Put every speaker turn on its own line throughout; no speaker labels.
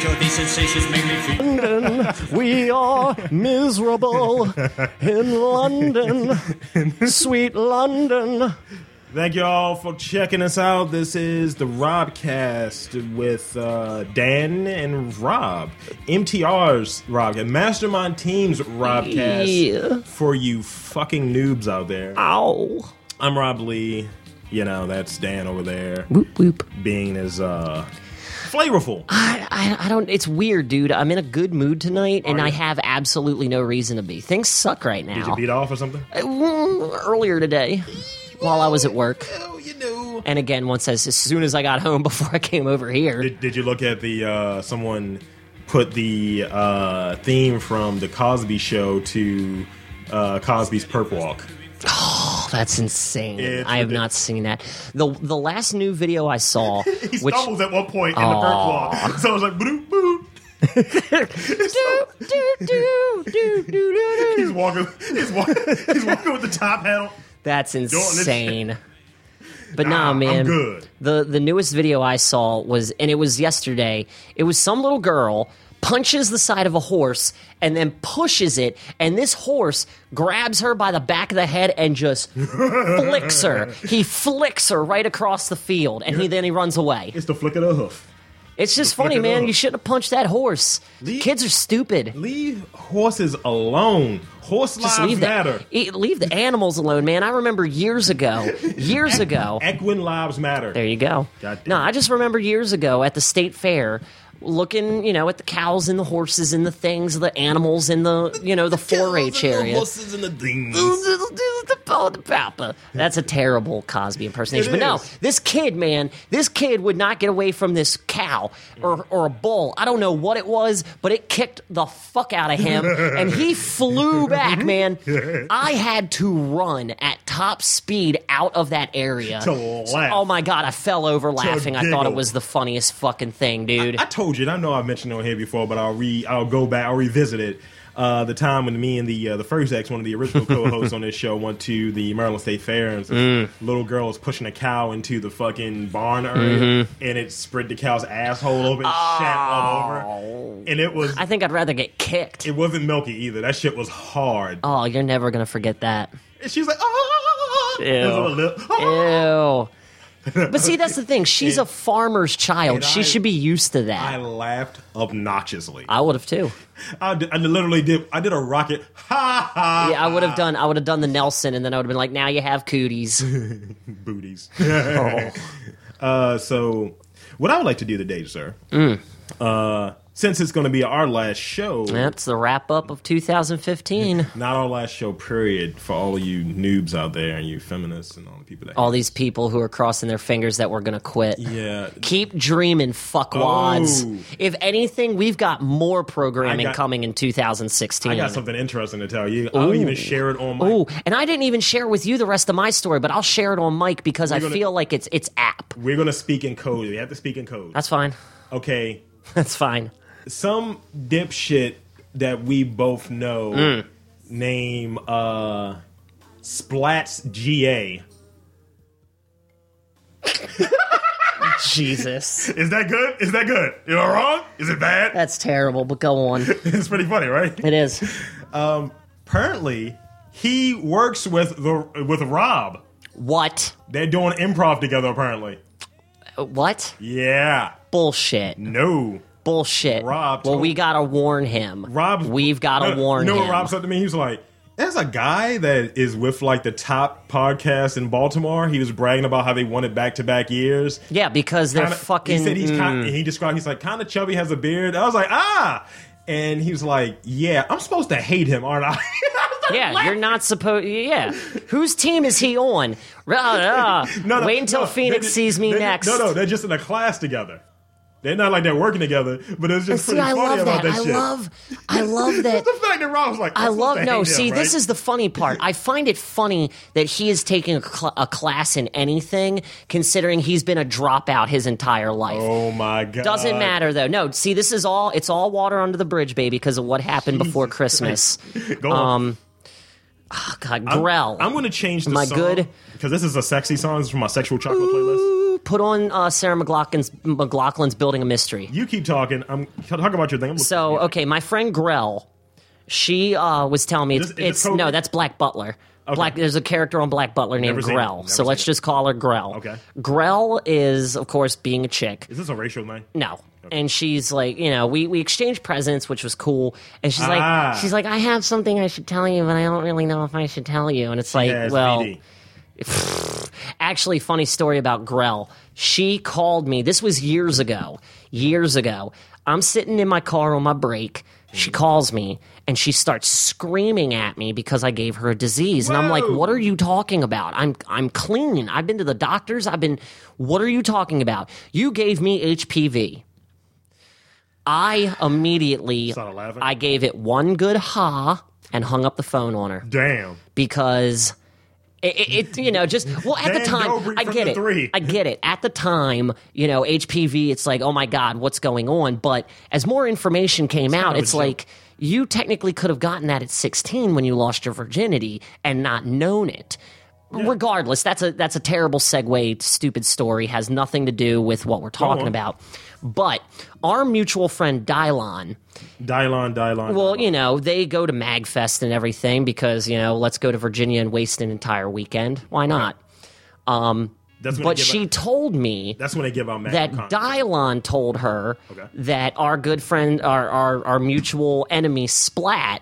sensations make me feel.
London, we are miserable in London, sweet London.
Thank you all for checking us out. This is the Robcast with uh, Dan and Rob, MTR's Rob, and Mastermind Team's Robcast
Yeah.
for you fucking noobs out there.
Ow.
I'm Rob Lee. You know that's Dan over there
Whoop whoop.
being as uh, flavorful.
I, I, I don't. It's weird, dude. I'm in a good mood tonight, and
Are
I
you?
have absolutely no reason to be. Things suck right
Did you
now.
beat off or something?
Mm, Earlier today, while I was at work,
Oh, you know.
and again, once as, as soon as I got home before I came over here,
Did, did you look at the uh, someone put the uh, theme from the Cosby Show to uh, Cosby's Perp Walk?
Oh, that's insane.
It's
I have not seen that. the The last new video I saw,
He
which
stumbles at one point in the Perp Walk, so I was like, boop boop.
Do, do, do, do, do, do.
He's walking. He's walking. He's walking with the top hat. on.
That's
this
insane. But
Nah,
nah,
I'm
man.
good.
The the newest video I saw was and it was yesterday. It was some little girl punches the side of a horse and then pushes it and this horse grabs her by the back of the head and just flicks her. He flicks her right across the field and he then he runs away.
It's the flick of the hoof.
It's just
flick
funny,
of the
man.
hook.
You shouldn't have punched that horse.
Leave-
Kids are stupid.
Leave horses alone. Horse
Just
lives
leave
matter.
the, e- leave the animals alone, man. I remember years ago, years ago.
Equine lives matter.
There you go.
God damn
No,
it.
I just remember years ago at the state fair looking, you know, at the cows and the horses and the things, the animals and the, you know, the 4-H area.
Horses and the things.
That's a terrible Cosby impersonation.
It
But no,
is.
this kid, man, this kid would not get away from this cow or, or a bull. I don't know what it was, but it kicked the fuck out of him and he flew back, man. I had to run at top speed out of that area.
To laugh.
Oh my god, I fell over laughing. I thought
giggle.
it was the funniest fucking thing, dude.
I told you, and I know I've mentioned it on here before, but I'll re, I'll go back, I'll revisit it. Uh, the time when me and the uh, the first ex, one of the original co-hosts on this show, went to the Maryland State Fair, and
Mm.
this little girl was pushing a cow into the fucking barn area,
Mm-hmm.
and it spread the cow's asshole open, and shat all over, and it was
Oh. I think I'd rather get kicked.
it wasn't milky either. That shit was hard.
Oh, you're never gonna forget that.
And she was like, "Ah!"
Ew.
It was on her lip. "Ah!"
Ew. But see, that's the thing. She's a farmer's child.
and
She
I-
should be used to
I
that.
laughed obnoxiously.
I, would have too.
I, did- I literally did. I did a rocket. Ha ha.
Yeah, I would have done. I would have done the Nelson, and then I would have been like, "Now you have cooties."
booties. uh, so, what I would like to do today, sir,
Mm.
uh, since it's going to be our last show,
That's the wrap up of 2015.
not our last show, period, for all you noobs out there and you feminists and all the people that.
All these people who are crossing their fingers that we're gonna quit.
yeah.
Keep dreaming, fuckwads.
Oh.
If anything, we've got more
I
programming
got-
coming in 2016.
I got something interesting to tell you. I'll even share it on my.
Ooh, and I didn't even share with you the rest of my story, but I'll share it on Mike because I
gonna-
feel like it's it's app.
We're going to speak in code. We have to speak in code.
That's fine.
Okay.
That's fine.
Some dipshit that we both know
Mm.
name uh, Splats GA.
Jesus.
Is that good? Is that good? Am I wrong? Is it bad?
That's terrible, but go on.
it's pretty funny, right?
It is.
Apparently, he works with the with Rob.
What?
They're doing improv together. Apparently,
What?
yeah.
Bullshit.
No,
Bullshit.
Rob
well,
told-
we gotta warn him.
Rob.
We've gotta
No,
warn
You know
him.
what Rob said to me? He was like. There's a guy that is with like the top podcast in Baltimore. He was bragging about how they won it back to back years.
yeah, because they're
kinda-
fucking. mm.
He said he's kind. He described. He's like kind of chubby, has a beard. I was like, ah, and he was like, yeah, I'm supposed to hate him, aren't I?
mm, yeah, you're not supposed. Yeah, whose team is he on? Rah, rah.
No, no,
Wait until
no,
Phoenix
they're ju-
sees me
they're ju-
next.
No, no, they're just in a class together. They're not like they're working together, but it's just
See,
pretty
I
funny
love
about
that.
that,
I
shit.
love. I love that.
the fact that Rob's like,
I
I'm supposed
love
to
no.
hate
See,
him,
this
right?
is the funny part. I find it funny that he is taking a, cl- a class in anything, considering he's been a dropout his entire life.
Oh my god!
Doesn't matter though. No, see, this is all. It's all water under the bridge, baby, because of what happened before Christmas.
Go on.
Um, Oh, God, Grell.
I'm going to change the
my
song
good-
because this is a sexy song. This is from my sexual chocolate playlist.
Ooh, put on uh, Sarah McLaughlin's, McLaughlin's Building a Mystery.
You keep talking. I'm talk about your thing. I'm looking
So
for you.
okay, my friend Grell, she uh, was telling me it's,
Is this- is this
it's
code-
no, that's Black Butler. Black, there's a character on Black Butler named
Never seen it.
Grell,
Never
so let's
seen it.
just call her Grell.
Okay.
Grell is, of course, being a chick.
is this a racial thing?
No. And she's like, you know, we, we exchanged presents, which was cool. And she's
Ah.
like, she's like, I have something I should tell you, but I don't really know if I should tell you. And it's like,
Yeah, it's
well,
VD.
actually funny story about Grell. She called me. This was years ago. Years ago. I'm sitting in my car on my break. She calls me and she starts screaming at me because I gave her a disease. And I'm like,
Whoa.
"What are you talking about? I'm I'm clean. I've been to the doctors. I've been What are you talking about? You gave me HPV." I immediately
Started laughing.
I gave it one good ha and hung up the phone on her
Damn.
because it, it, it you know just well at the
Dan
time
Dobry
I
from
get
the
it
three.
I get it at the time you know HPV it's like oh my god what's going on but as more information came out
of a
it's
joke.
like you technically could have gotten that at 16 when you lost your virginity and not known it regardless that's a that's a terrible segue stupid story has nothing to do with what we're talking
on.
about but our mutual friend Dylon
Dylon, Dylon.
well, you know, they go to MagFest and everything because, you know, let's go to Virginia and waste an entire weekend. Why not?
that's when
But
they give
she
Out,
told me
that's when they give out Magnum
that
condoms.
Dylon told her
Okay.
that our good friend, our, our, our mutual enemy, Splat,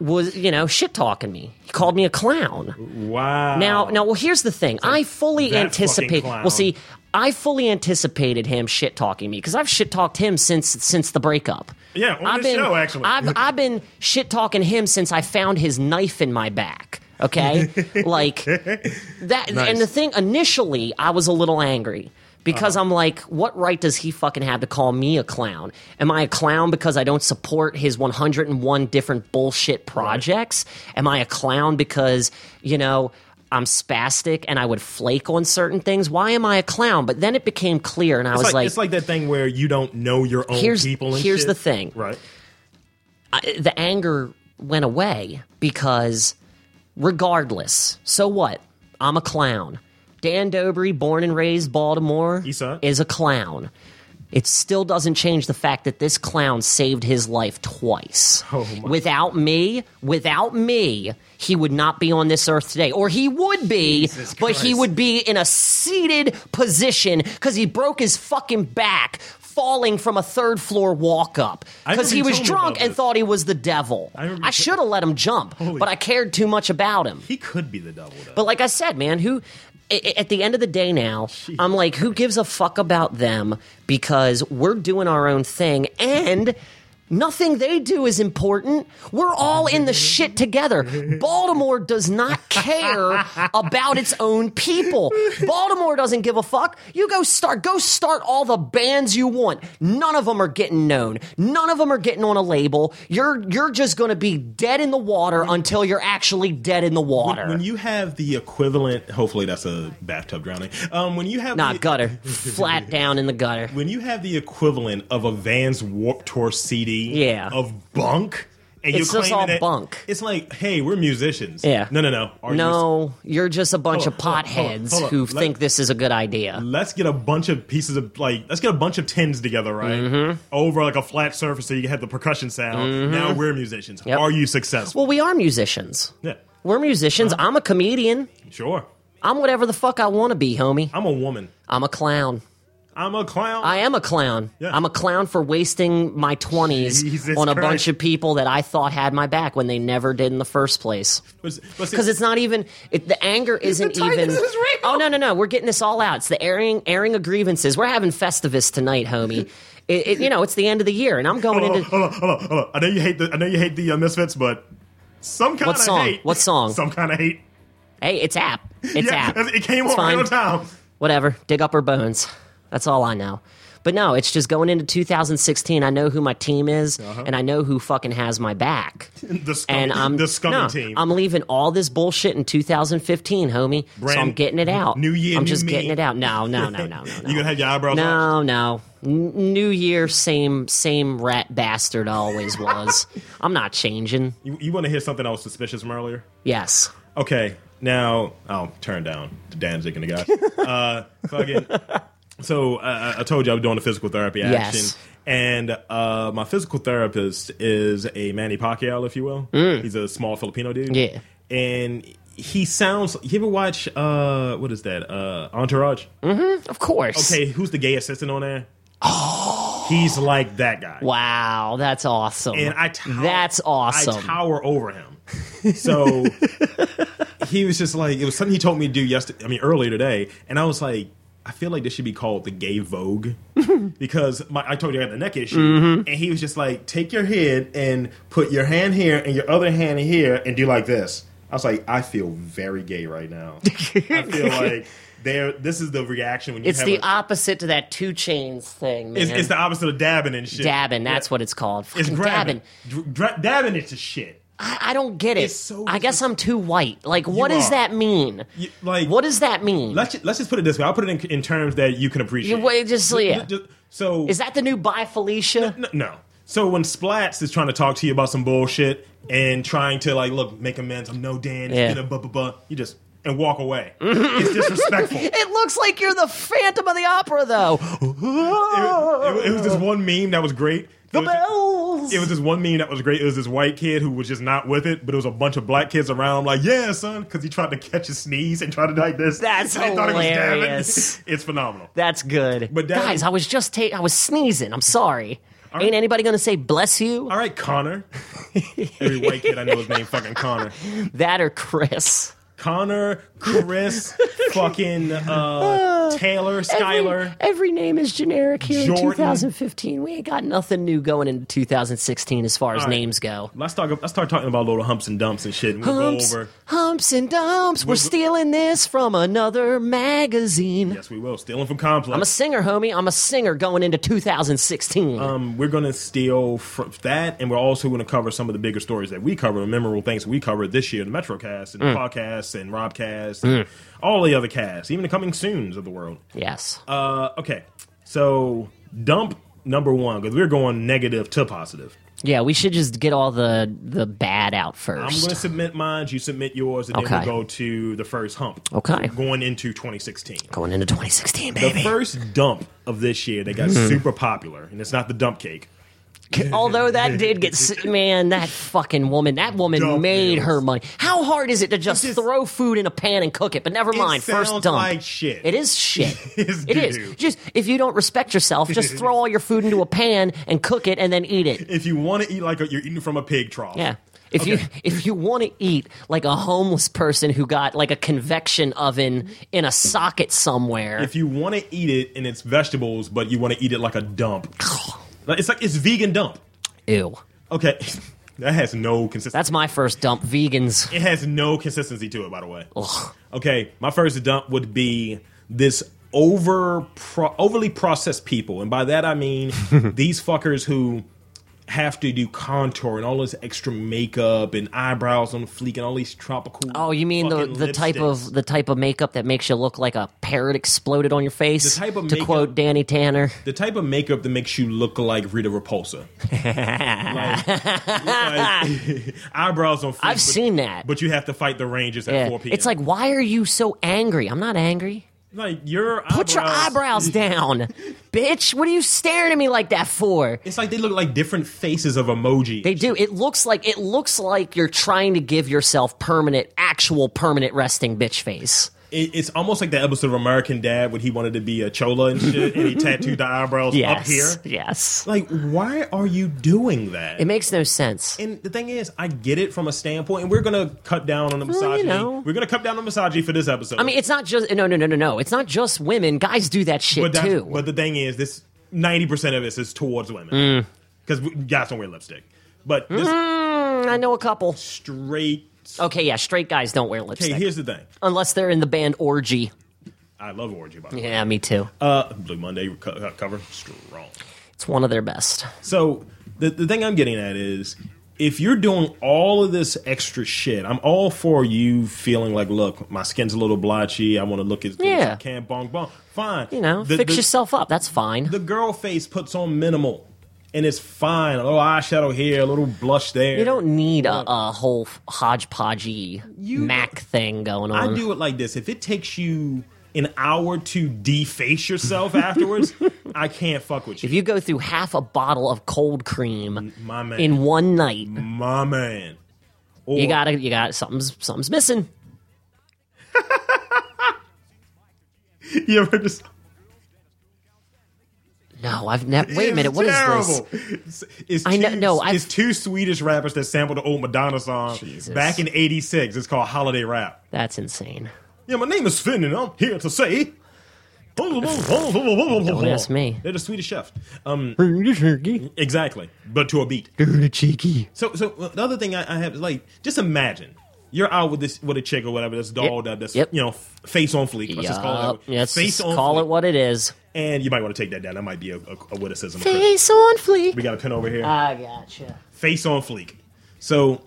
was, you know, shit talking me. He called me a clown.
Wow.
Now, now, well, here's the thing. I fully
that
anticipate.
fucking clown.
Well, see, I fully anticipated him shit talking me because I've shit talked him since since the breakup.
Yeah, on
I've
this
been,
show, actually.
I've I've been shit talking him since I found his knife in my back. Okay, like that. And the thing initially, I was a little angry. Because
Uh-huh.
I'm like, what right does he fucking have to call me a clown? Am I a clown because I don't support his 101 different bullshit projects? Am I a clown because, you know, I'm spastic and I would flake on certain things? Why am I a clown? But then it became clear, and I
it's
was
like,
like,
it's like that thing where you don't know your own
Here's-
people. And
here's
shit.
the thing.
right?
I- the anger went away because regardless so what i'm a clown dan dobry born and raised baltimore
Eastside.
is a clown it still doesn't change the fact that this clown saved his life twice
Oh,
without me without me he would not be on this earth today or he would be but he
Christ.
would be in a seated position because he broke his fucking back falling from a third floor walk up
I
because
remember
he
you
was
told me
drunk
about
and
this.
thought he was the devil. I,
remember you
should have let him jump,
Holy-
but I cared too much about him.
He could be the devil. Though.
But like I said, man, who i- i- at the end of the day now, I'm like, who gives a fuck about them because we're doing our own thing and nothing they do is important. We're all in the shit together. Baltimore does not care about its own people. Baltimore doesn't give a fuck. You go start go start all the bands you want. None of them are getting known. None of them are getting on a label. You're you're just going to be dead in the water until you're actually dead in the water.
when you have the equivalent, hopefully that's a bathtub drowning. Um, when you have
Nah,
the,
gutter. Flat down in the gutter.
when you have the equivalent of a Vans Warped Tour CD
Yeah.
of bunk, and
It's
you're
just
claiming
all
that-
bunk.
It's like, hey, we're musicians.
Yeah.
No, no, no. Are You,
No, you're just a bunch
Hold
of
on, hold on, hold on,
potheads
hold on.
who
Let-
think this is a good idea.
let's get a bunch of pieces of like, let's get a bunch of tins together, right?
Mm-hmm.
Over like a flat surface, so you have the percussion sound. Now we're musicians.
Yep.
Are you successful?
Well, we are musicians.
yeah.
We're musicians.
Uh-huh.
I'm a comedian.
Sure.
I'm whatever the fuck I want to be, homie.
I'm a woman.
I'm a clown.
I'm a clown.
I am a clown.
Yeah.
I'm a clown for wasting my 20s
Jesus
on a
Christ.
bunch of people that I thought had my back when they never did in the first place.
But- but see-
because it's not even it, the anger isn't
Titus
even.
is real.
Oh no no no! We're getting this all out. It's the airing airing of grievances. We're having Festivus tonight, homie. It, it, you know it's the end of the year, and I'm going
Hold on,
into
hold on, hold on, hold on. I know you hate the I know you hate the uh, Misfits, but some kind
What
of
song?
hate.
What song?
Some kind of hate.
hey, it's app, it's
yeah,
app.
it came
It's
on
fine.
real time.
Whatever, dig up her bones. That's all I know. But no, it's just going into 2016. I know who my team is, and I know who fucking has my back.
Uh-huh. The scum,
And I'm
the scummy
no,
team.
I'm leaving all this bullshit in 2015, homie. so
Brand-
I'm getting it out.
New year,
I'm
new
just
me.
getting it out. No, no, no, no, no. no.
you gonna have your eyebrows? up?
No, no. N- New year, same same rat bastard always was. I'm not changing.
You, you want to hear something that was suspicious from earlier?
Yes.
Okay, Now I'll turn down the Danzig and the guy. uh, fucking. So uh, I told you I was doing a physical therapy action,
Yes.
and uh, my physical therapist is a Manny Pacquiao, if you will. He's a small Filipino dude.
Mm. Yeah.
and he sounds. You ever watch uh, what is that? Uh, Entourage.
Mm. Of course.
Okay, who's the gay assistant on there? Oh, he's like that guy.
Wow, that's awesome.
And I tower,
that's awesome.
I tower over him. So he was just like it was something he told me to do yesterday. I mean earlier today, and I was like, I feel like this should be called the gay Vogue because my, I told you I had the neck issue,
Mm-hmm.
and he was just like, take your head and put your hand here and your other hand here and do like this. I was like, I feel very gay right now. I feel like there. This is the reaction when you
it's
have
the
a,
opposite to that two chains thing, man.
it's, it's the opposite of dabbing and shit.
dabbing. That's
Yeah.
what it's called.
It's
Fucking
grabbing.
dabbing.
Dr- dra- dabbing into shit.
I, I don't get it.
It's so-
I guess I'm too white. Like, what
You
does
are.
that mean?
You- like-
what does that mean?
Let's just, let's just put it this way. I'll put it in, in terms that you can appreciate.
You- wait, just- yeah.
Ju- ju- so
Is that the new by Felicia?
no, no. So when Splats is trying to talk to you about some bullshit and trying to like, look, make amends. I'm no Dan.
Yeah.
Yeah. Blah, blah, blah, you just and walk away. it's disrespectful. It,
It looks like you're the Phantom of the Opera, though.
it- it was this one meme that was great.
the
It was-
bells.
It was this one meme that was great. It was this white kid who was just not with it, but it was a bunch of black kids around him, like, yeah, son, because he tried to catch a sneeze and tried to like this.
That's
And they thought it was dabbing.
hilarious.
it's phenomenal.
That's good.
But that-
guys, I was just ta- I was sneezing. I'm sorry.
right.
Ain't anybody gonna say bless you?
All right, Connor. Every white kid I know is named fucking Connor.
That or Chris?
Connor, Chris, fucking uh, Taylor, Skylar.
Every, every name is generic here in
Jordan.
2015. We ain't got nothing new going into 2016 as far as
All right.
names go.
Let's talk. Let's start talking about little humps and dumps and shit. And we'll
Humps,
go over.
humps and dumps. We're
We'll go-
stealing this from another magazine.
Yes, we will. Stealing from
I'm a
Complex.
singer, homie. I'm a singer going into 2016.
um, we're gonna steal from that, and we're also gonna cover some of the bigger stories that we cover, the memorable things we covered this year, the MetroCast and
Mm.
the podcast and Robcast, and all the other casts, even the coming soon's of the world.
yes.
Uh, okay, so dump number one because we're going negative to positive.
yeah, we should just get all the the bad out
I'm going to
first.
submit mine. You submit yours, and
Okay.
then we'll go to the first hump.
Okay.
Going into 2016.
Going into 2016,
The
baby. Hmm.
first dump of this year, they got super popular, and it's not the dump cake.
Although that did get s- man, that fucking woman, that woman
Dump
made
meals.
her money. How hard is it to just,
just-
throw food in a pan and cook it? But never mind. First
sounds
dump.
like shit.
It is shit.
It is
it is.
doo-doo.
Just if you don't respect yourself, just throw all your food into a pan and cook it and then eat it.
If you want to eat like a, you're eating from a pig trough,
Yeah. If you if you want to eat like a homeless person who got like a convection oven in a socket somewhere,
If you want to eat it and it's vegetables, but you want to eat it like a dump, Like, it's like it's vegan dump.
ew.
Okay, that has no consistency.
That's my first dump. Vegans.
It has no consistency to it, by the way. Okay, my first dump would be this over pro- overly processed people, and by that I mean these fuckers who have to do contour and all this extra makeup and eyebrows on fleek and all these tropical.
Oh, you mean the,
fucking
the type
lipsticks.
of the type of makeup that makes you look like a parrot exploded on your face?
The type of
to
makeup-
quote Danny Tanner.
the type of makeup that makes you look like Rita Repulsa. like, like, eyebrows on. Fleek,
I've seen that.
but you have to fight the Rangers at
Yeah.
four p.m.
It's like, why are you so angry? I'm not angry.
like your
Put your eyebrows down, bitch. What are you staring at me like that for?
It's like they look like different faces of emoji.
They do. It looks like it looks like you're trying to give yourself permanent, actual permanent resting bitch face.
It- it's almost like that episode of American Dad when he wanted to be a chola and shit, and he tattooed the eyebrows up
Yes.
here.
Yes.
Like, why are you doing that?
It makes no sense.
and the thing is, I get it from a standpoint, and we're gonna cut down on the
you
misogyny.
know.
We're gonna cut down on misogyny for this episode.
I mean, it's not just no, no, no, no, no. It's not just women. Guys do that shit
but that's-
too.
But the thing is, this ninety percent of this is towards women because guys don't wear lipstick. But this
Mm, I know a couple.
straight.
Okay, yeah, straight guys don't wear
Hey,
lipstick
here's the thing.
unless they're in the band Orgy.
I love orgy. By the way.
Yeah, me too.
Uh, Blue Monday co- cover strong.
It's one of their best.
So the, the thing I'm getting at is if you're doing all of this extra shit, I'm all for you feeling like, look, my skin's a little blotchy. I want to look as good as
Yeah.
I can. Bong bong. Fine.
You know,
the,
fix
the,
yourself up. That's fine.
The girl face puts on minimal. and it's fine. A little eyeshadow here, a little blush there.
You don't need a, a whole f- hodgepodgey
You-
Mac thing going on.
I do it like this. If it takes you an hour to deface yourself afterwards, I can't fuck with you.
If you go through half a bottle of cold cream
my man,
in one night,
my man, or,
you gotta you got something's something's missing.
You ever just
No, I've never. Wait a
It's
minute, what is this?
terrible. It's, it's
I know-
two,
no, I've-
it's two Swedish rappers that sampled the old Madonna song
Jesus.
back in '86. It's called Holiday Rap.
That's insane.
Yeah, my name is Finn, and I'm here to say. Don't
ask me.
They're the Swedish chef. Um, exactly, but to a beat.
cheeky.
So, so uh, the other thing I, I have is like, just imagine you're out with this with a chick or whatever that's dolled up, that's
Yep.
you know f- face on fleek. Let's
Yep.
just call it, that.
Yes,
face on
call
fleek.
it what it is.
And you might want to take that down. That might be a, a, a witticism.
Face on
We
fleek.
got a pin over here.
I gotcha.
face on fleek. So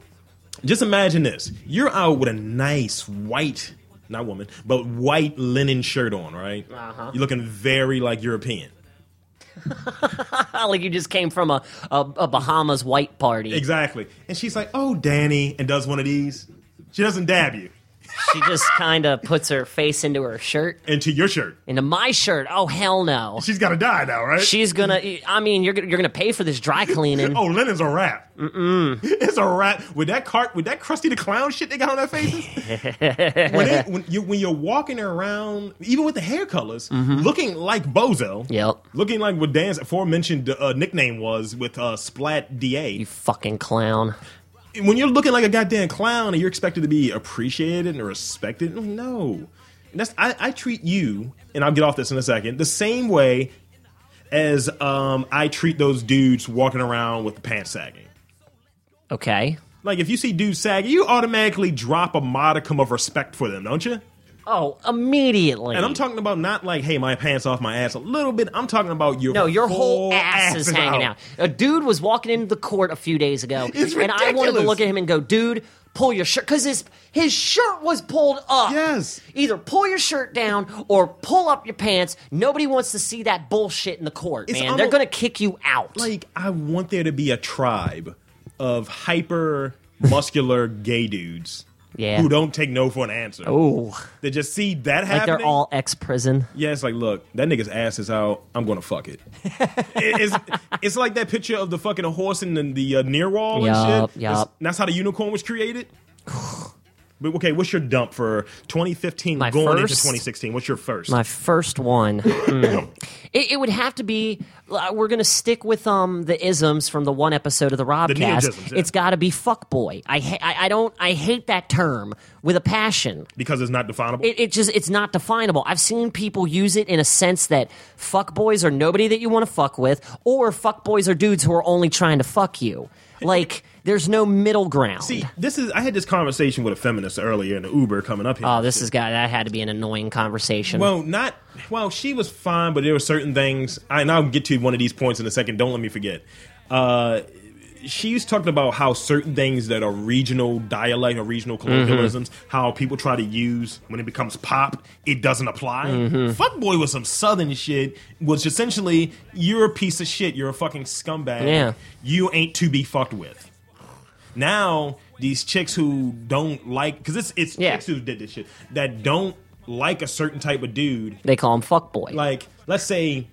just imagine this. You're out with a nice white, not woman, but white linen shirt on, right?
Uh-huh.
You're looking very like European.
like you just came from a, a, a Bahamas white party.
Exactly. And she's like, oh, Danny, and does one of these. She doesn't dab you
She just kind of puts her face into her shirt,
into your shirt.
into my shirt. Oh hell no.
She's got to die now, right?
She's gonna. I mean, you're gonna- you're gonna pay for this dry cleaning.
oh, linen's a wrap. Mm-mm. It's a wrap. With that cart, with that crusty the Clown shit they got on their faces. when, they, when, you, when you're walking around, even with the hair colors, looking like Bozo.
Mm-hmm. Yep.
Looking like what Dan's aforementioned uh, nickname was with uh, Splat DA.
You fucking clown.
When you're looking like a goddamn clown and you're expected to be appreciated and respected, mm, no. And that's I, I treat you, and I'll get off this in a second, the same way as um, I treat those dudes walking around with the pants sagging.
Okay.
Like if you see dudes sagging, you automatically drop a modicum of respect for them, don't you?
Oh, immediately.
And I'm talking about not like, hey, my pants off my ass a little bit. I'm talking about your
No, your whole ass, is hanging out. A dude was walking into the court a few days ago,
It's
and I wanted to
ridiculous.
look at him and go, "Dude, pull your shirt," because his his shirt was pulled up.
Yes.
Either pull your shirt down or pull up your pants. Nobody wants to see that bullshit in the court,
It's
man. They're
almo-
gonna kick you out.
Like I want there to be a tribe of hyper muscular gay dudes
Yeah.
who don't take no for an answer.
Ooh,
They just see that
like
happening.
they're all ex prison.
Yeah, it's like, look, that nigga's ass is out. I'm gonna fuck it. It- it's it's like that picture of the fucking horse in the, the uh, near wall and
Yup,
shit.
yup.
It's- That's how the unicorn was created. but okay, what's your dump for 2015
My
going into
first?
2016? What's your first?
My first one. Hmm. it, it would have to be. uh, We're gonna stick with um the isms from the one episode of the Robcast.
neologisms, yeah.
It's got to be fuckboy. I, ha- I I don't I hate that term with a passion.
because it's not definable.
It, it just it's not definable. I've seen people use it in a sense that fuckboys are nobody that you want to fuck with, or fuckboys are dudes who are only trying to fuck you. Like there's no middle ground.
See, this is I had this conversation with a feminist earlier in the Uber coming up here.
oh, this has got that had to be an annoying conversation.
well, not well. She was fine, but there were certain things, and I'll get to one of these points in a second. Don't let me forget. Uh, she's talking about how certain things that are regional dialect or regional
Mm-hmm.
colloquialisms, how people try to use when it becomes pop, it doesn't apply.
Mm-hmm.
Fuckboy was some southern shit, was essentially you're a piece of shit, you're a fucking scumbag,
Yeah.
you ain't to be fucked with. Now these chicks who don't like because it's it's
Yeah.
chicks who did this shit that don't like a certain type of dude.
they call him fuckboy.
Like let's say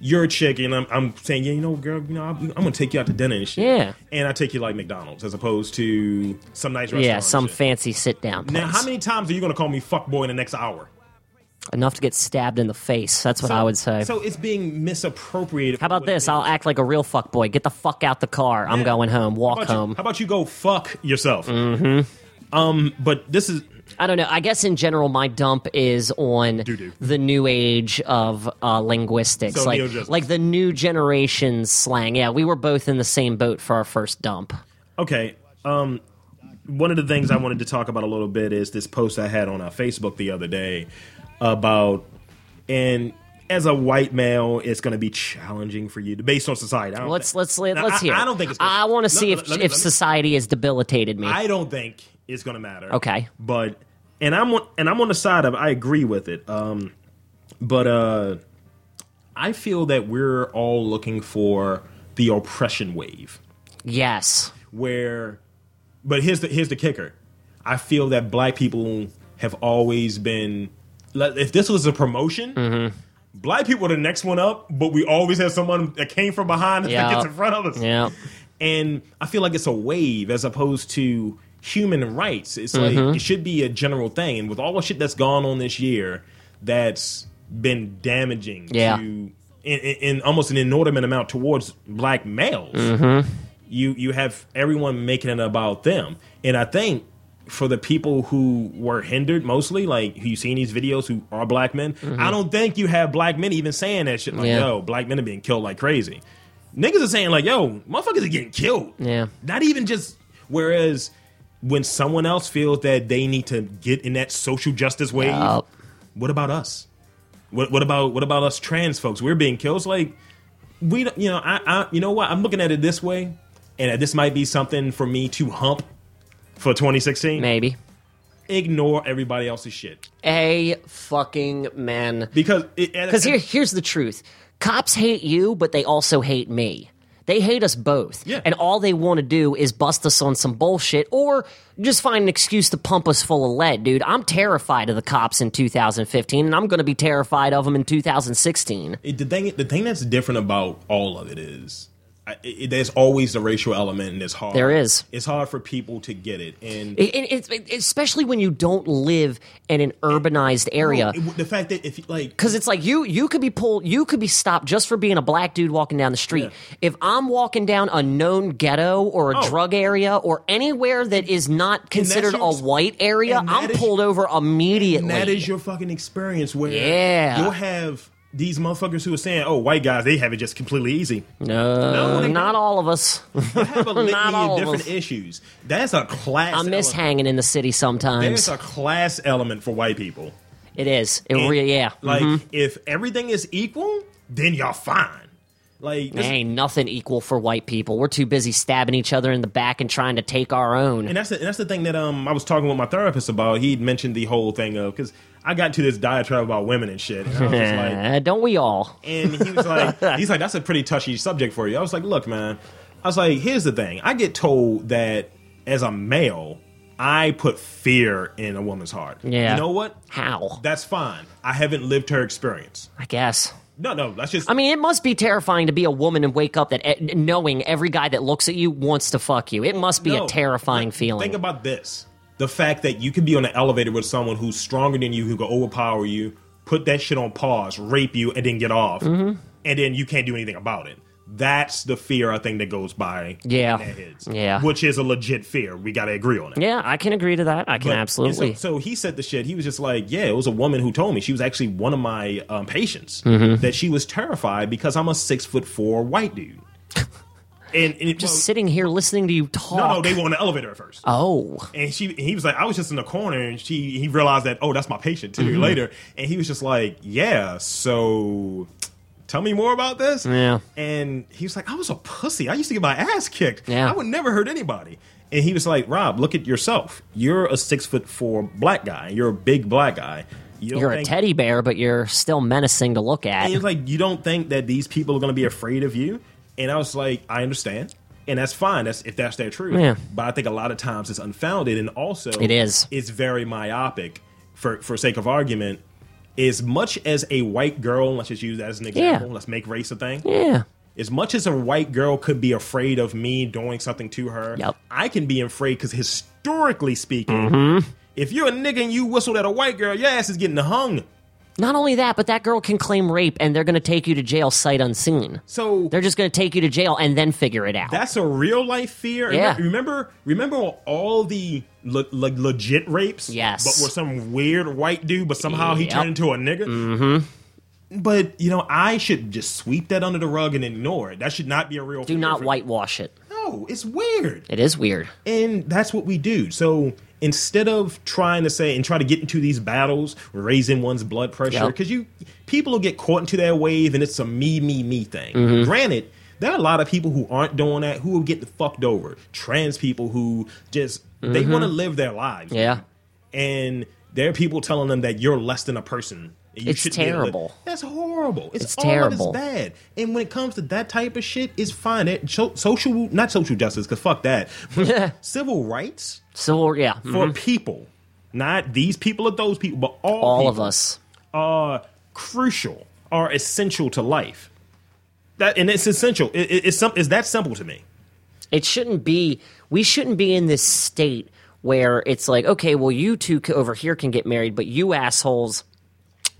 you're a chick and I'm, I'm saying yeah you know girl you know I'm, I'm gonna take you out to dinner and shit
Yeah.
and I take you like McDonald's as opposed to some nice restaurant
yeah,
and
some
shit.
fancy sit down.
now how many times are you gonna call me fuckboy in the next hour?
enough to get stabbed in the face. That's what I would say.
So it's being misappropriated.
How about this? I'll act like a real fuckboy. Get the fuck out the car. I'm
Yeah.
going home. Walk
How about you-
home.
how about you go fuck yourself? Mm-hmm. Um, but this is
I don't know. I guess in general, my dump is on
Doo-doo.
the new age of uh, linguistics,
So
like
neologisms.
like the new generation slang. Yeah, we were both in the same boat for our first dump.
Okay. Um, one of the things I wanted to talk about a little bit is this post I had on uh, Facebook the other day about, and as a white male, it's going to be challenging for you to, based on society. I don't
Let's
think-
let's let,
Now,
let's
I-
hear.
I don't think it's. gonna-
I want to
Let-
see
let-
if
let me-
if
let me-
society has debilitated me.
I don't think it's going to matter.
Okay.
But and I'm on, and I'm on the side of I agree with it. Um, but uh, I feel that we're all looking for the oppression wave,
Yes.
where. But here's the here's the kicker. I feel that black people have always been. like, If this was a promotion,
Mm-hmm.
black people are the next one up. But we always have someone that came from behind us that
Yeah.
gets in front of us.
Yeah.
And I feel like it's a wave as opposed to human rights. It's
Mm-hmm.
like it should be a general thing. And with all the shit that's gone on this year, that's been damaging
Yeah.
to in, in, in almost an inordinate amount towards black males.
Mm-hmm.
You you have everyone making it about them. And I think for the people who were hindered mostly, like who you see in these videos who are black men, I don't think you have black men even saying that shit like,
Mm-hmm. Yeah.
yo, black men are being killed like crazy. Niggas are saying like, yo, motherfuckers are getting killed.
Yeah.
Not even just whereas when someone else feels that they need to get in that social justice wave,
Yup.
what about us? What what about what about us trans folks? We're being killed. It's like we don't- you know, I, I you know what? I'm looking at it this way, and this might be something for me to hump for 2016.
Maybe.
Ignore everybody else's shit
A fucking man.
because it- and-
Because here, here's the truth: cops hate you, but they also hate me. They hate us both,
Yeah.
and all they want to do is bust us on some bullshit, or just find an excuse to pump us full of lead, dude. I'm terrified of the cops in 2015, and I'm going to be terrified of them in 2016.
It, the thing, the thing that's different about all of it is, I, it, there's always the racial element, and it's hard.
There is.
It's hard for people to get it, and
It- it- it's- it- especially when you don't live in an urbanized area.
Oh, It- the fact that if like,
Cause it's like you you could be pulled you could be stopped just for being a black dude walking down the street. If I'm walking down a known ghetto or a
Oh.
drug area or anywhere that is not considered
your-
a white area,
and that
I'm
is-
pulled over immediately.
and that is your fucking experience where
Yeah.
you'll have these motherfuckers who are saying, "Oh, white guys, they have it just completely easy."
no,
they
not
don't.
all of us.
You have a litany
Not all
of
of
different
us.
issues. That's a class.
I miss
element.
hanging in the city sometimes.
There's a class element for white people.
it is. It really yeah. Mm-hmm.
Like if everything is equal, then y'all fine. Like this,
Ain't nothing equal for white people. We're too busy stabbing each other in the back and trying to take our own.
and that's the, and that's the thing that um I was talking with my therapist about. He'd mentioned the whole thing of because I got to this diatribe about women and shit. And I was just like,
Eh, don't we all?
and he was like, he's like, that's a pretty touchy subject for you. I was like, look, man, I was like, here's the thing. I get told that as a male, I put fear in a woman's heart.
Yeah.
you know what?
How?
That's fine. I haven't lived her experience.
I guess.
No, no, that's just.
I mean, it must be terrifying to be a woman and wake up that eh, knowing every guy that looks at you wants to fuck you. It must be
No.
a terrifying
Think-
feeling.
Think about this: the fact that you can be on an elevator with someone who's stronger than you, who can overpower you, put that shit on pause, rape you, and then get off,
Mm-hmm.
and then you can't do anything about it. That's the fear I think that goes by.
Yeah.
in their heads.
Yeah.
which is a legit fear. We got to agree on it.
yeah, I can agree to that. I can
But-
absolutely.
and So, so he said the shit. He was just like, "Yeah, it was a woman who told me she was actually one of my um, patients
Mm-hmm.
that she was terrified because I'm a six foot four white dude." And, and it,
Just
well,
sitting here listening to you talk.
no, no, they were on the elevator at first
oh,
and she and he was like, I was just in the corner, and she he realized that oh, that's my patient too
Mm-hmm.
later, and he was just like, yeah, so tell me more about this.
Yeah.
and he was like, I was a pussy. I used to get my ass kicked.
Yeah.
I would never hurt anybody. And he was like, Rob, look at yourself. You're a six foot four black guy. You're a big black guy. You don't
you're a
think-
teddy bear, but you're still menacing to look at.
and he was like, "You don't think that these people are going to be afraid of you?" And I was like, "I understand, and that's fine. That's if that's their truth.
Yeah.
But I think a lot of times it's unfounded, and also
It is.
It's very myopic. For for sake of argument, as much as a white girl, let's just use that as an example. Let's make race a thing.
yeah.
As much as a white girl could be afraid of me doing something to her,
Yep.
I can be afraid because historically speaking.
Mm-hmm.
If you're a nigga and you whistled at a white girl, your ass is getting hung.
Not only that, but that girl can claim rape and they're going to take you to jail sight unseen.
So
They're just going to take you to jail and then figure it out.
That's a real life fear. And
Yeah.
re- Remember, remember all the le- le- legit rapes.
Yes.
But were some weird white dude, but somehow he
Yep.
turned into a nigga. Mm-hmm. But you know, I should just sweep that under the rug and ignore it. That should not be a real.
Do not whitewash it.
No, it's weird,
It is weird.
and that's what we do. So instead of trying to say and try to get into these battles, raising one's blood pressure,
Yep.
because you people will get caught into that wave, and it's a me, me, me thing.
Mm-hmm.
Granted, there are a lot of people who aren't doing that who will get fucked over. Trans people who just they want to live their lives,
Mm-hmm. Yeah.
and there are people telling them that you're less than a person And you
It's
shouldn't be able to-
terrible.
that's horrible. It's,
It's
all of it's
terrible.
bad. And when it comes to that type of shit, it's fine. It, so, social, not social justice, because fuck that. But civil rights
So yeah,
for people, not these people or those people, but all
all of
people
us.
are crucial, are essential to life. That and it's essential. It, it- it's some. It's that simple to me.
It shouldn't be. We shouldn't be in this state where it's like, okay, well, you two c- over here can get married, but you assholes,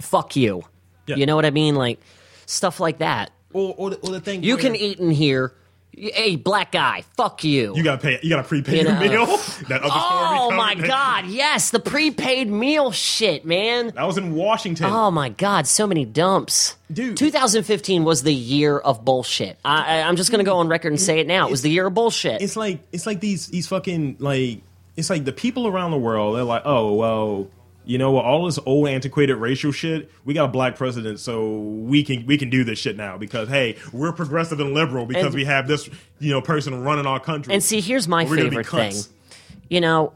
fuck you.
Yeah.
You know what I mean? Like stuff like that.
Or, or, the, or the thing
You
where
can e eat in here. Y- Hey, black guy, fuck you.
You gotta pay. You gotta prepay
You
your
know.
meal. That other
oh
story
my
coming.
god, yes, the prepaid meal shit, man.
I was in Washington.
Oh my god, so many dumps.
Dude.
2015 was the year of bullshit. I, I, I'm just gonna go on record and say it now. It was the year of bullshit.
it's like it's like these these fucking like it's like the people around the world they're like oh well you know what all this old antiquated racial shit we got a black president so we can we can do this shit now because hey we're progressive and liberal because
And-
we have this you know person running our country
And see, here's my
We're gonna be
favorite thing.
cunts.
You know,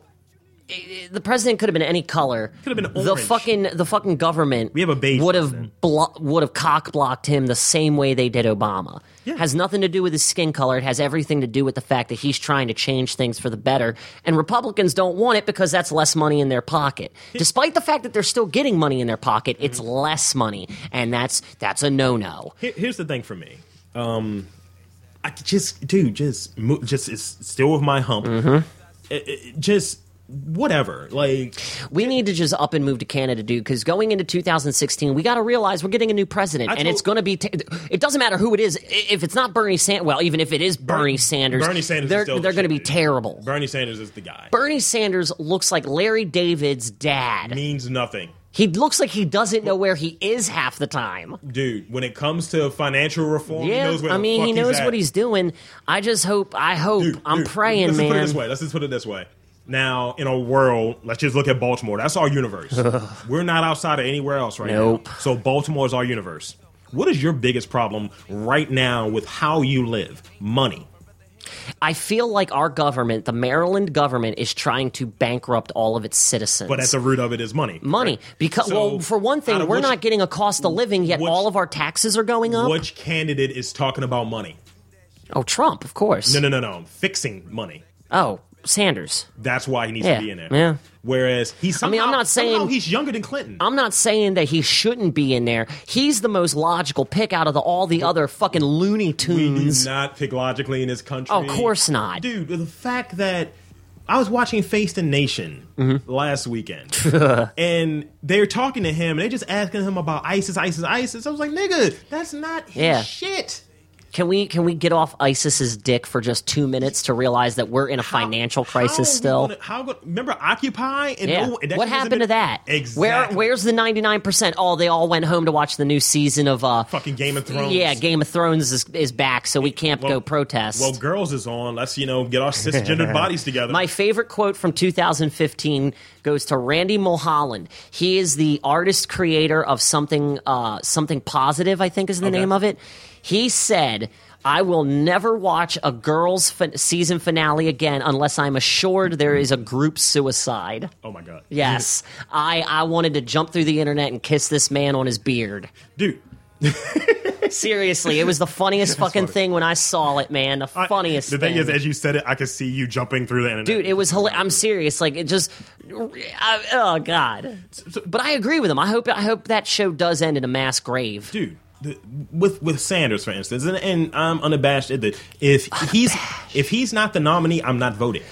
i- i- the president could have been any color.
Could have been
the
orange.
fucking the fucking government.
We have a beige
would have
president.
blo- would have cock blocked him the same way they did Obama.
Yeah.
Has nothing to do with his skin color. It has everything to do with the fact that he's trying to change things for the better. And Republicans don't want it because that's less money in their pocket. Despite the fact that they're still getting money in their pocket, it's less money, and that's that's a no no.
Here- here's the thing for me. Um, I could just, dude, just, mo- just, it's still with my hump.
Mm-hmm.
It- it- just whatever. Like,
We need to just up and move to Canada, dude, because going into 2016, we got to realize we're getting a new president,
I
and
told-
it's going to be. T- it doesn't matter who it is. I- If it's not Bernie Sanders, well, even if it is Bernie
Bernie-
Sanders,
Bernie Sanders is
they're,
still the
they're going to be
shit, dude.
terrible.
Bernie Sanders is the guy.
Bernie Sanders looks like Larry David's dad.
Means nothing.
He looks like he doesn't know where he is half the time.
Dude, when it comes to financial reform,
Yeah,
he knows where
I
the
mean,
fuck
he knows
he's
what
at.
he's doing. I just hope. I hope.
Dude,
I'm
dude,
praying,
let's just
man.
put it this way. Let's just put it this way. Now, in a world, let's just look at Baltimore. That's our universe. We're not outside of anywhere else right
Nope.
now. So Baltimore is our universe. What is your biggest problem right now with how you live? Money.
I feel like our government, the Maryland government, is trying to bankrupt all of its citizens.
But at the root of it is money.
money because
So,
well for one
out
thing
of
we're
which-
not getting a cost of living yet
which-
all of our taxes are going up
Which candidate is talking about money?
oh trump of course
No, no, no, no. Fixing money.
oh sanders
That's why he needs
Yeah,
to be in there.
yeah.
Whereas he's somehow,
mean, I'm not saying-
somehow he's younger than Clinton.
i'm not saying that he shouldn't be in there he's the most logical pick out of the, all the other fucking looney
we
tunes
do not pick logically in this country.
Of course not.
dude. The fact that I was watching Face the Nation
Mm-hmm.
last weekend, and they're talking to him, and they're just asking him about ISIS, ISIS, ISIS. I was like, nigga, that's not his
Yeah.
shit.
can we can we get off isis's dick for just two minutes to realize that we're in a financial
How-
crisis
how we
still
gonna- how go- remember Occupy? And
yeah.
no- and that
what
shit wasn't
happened to
in-
that? Where
Exactly.
where's the 99%? Oh, they all went home to watch the new season of uh
fucking Game of Thrones?
Yeah, Game of Thrones is, is back, so we can't
Well-
go protest.
Well, girls is on. Let's you know get our cisgendered bodies together.
My favorite quote from 2015 goes to Randy Mulholland. He is the artist creator of something uh, something positive, I think is the
Okay.
name of it. He said, "I will never watch a girls' fin- season finale again unless I'm assured there is a group suicide."
oh my god.
Yes, I I wanted to jump through the internet and kiss this man on his beard.
dude.
Seriously, it was the funniest fucking
funny.
thing when I saw it, man. The
I-
funniest.
The thing, is, as you said it, I could see you jumping through the internet.
dude it was hila- i'm serious like it just I, oh god but i agree with him i hope i hope that show does end in a mass grave
dude the, with with Sanders for instance and, and I'm unabashed at that if he's if he's not the nominee I'm not voting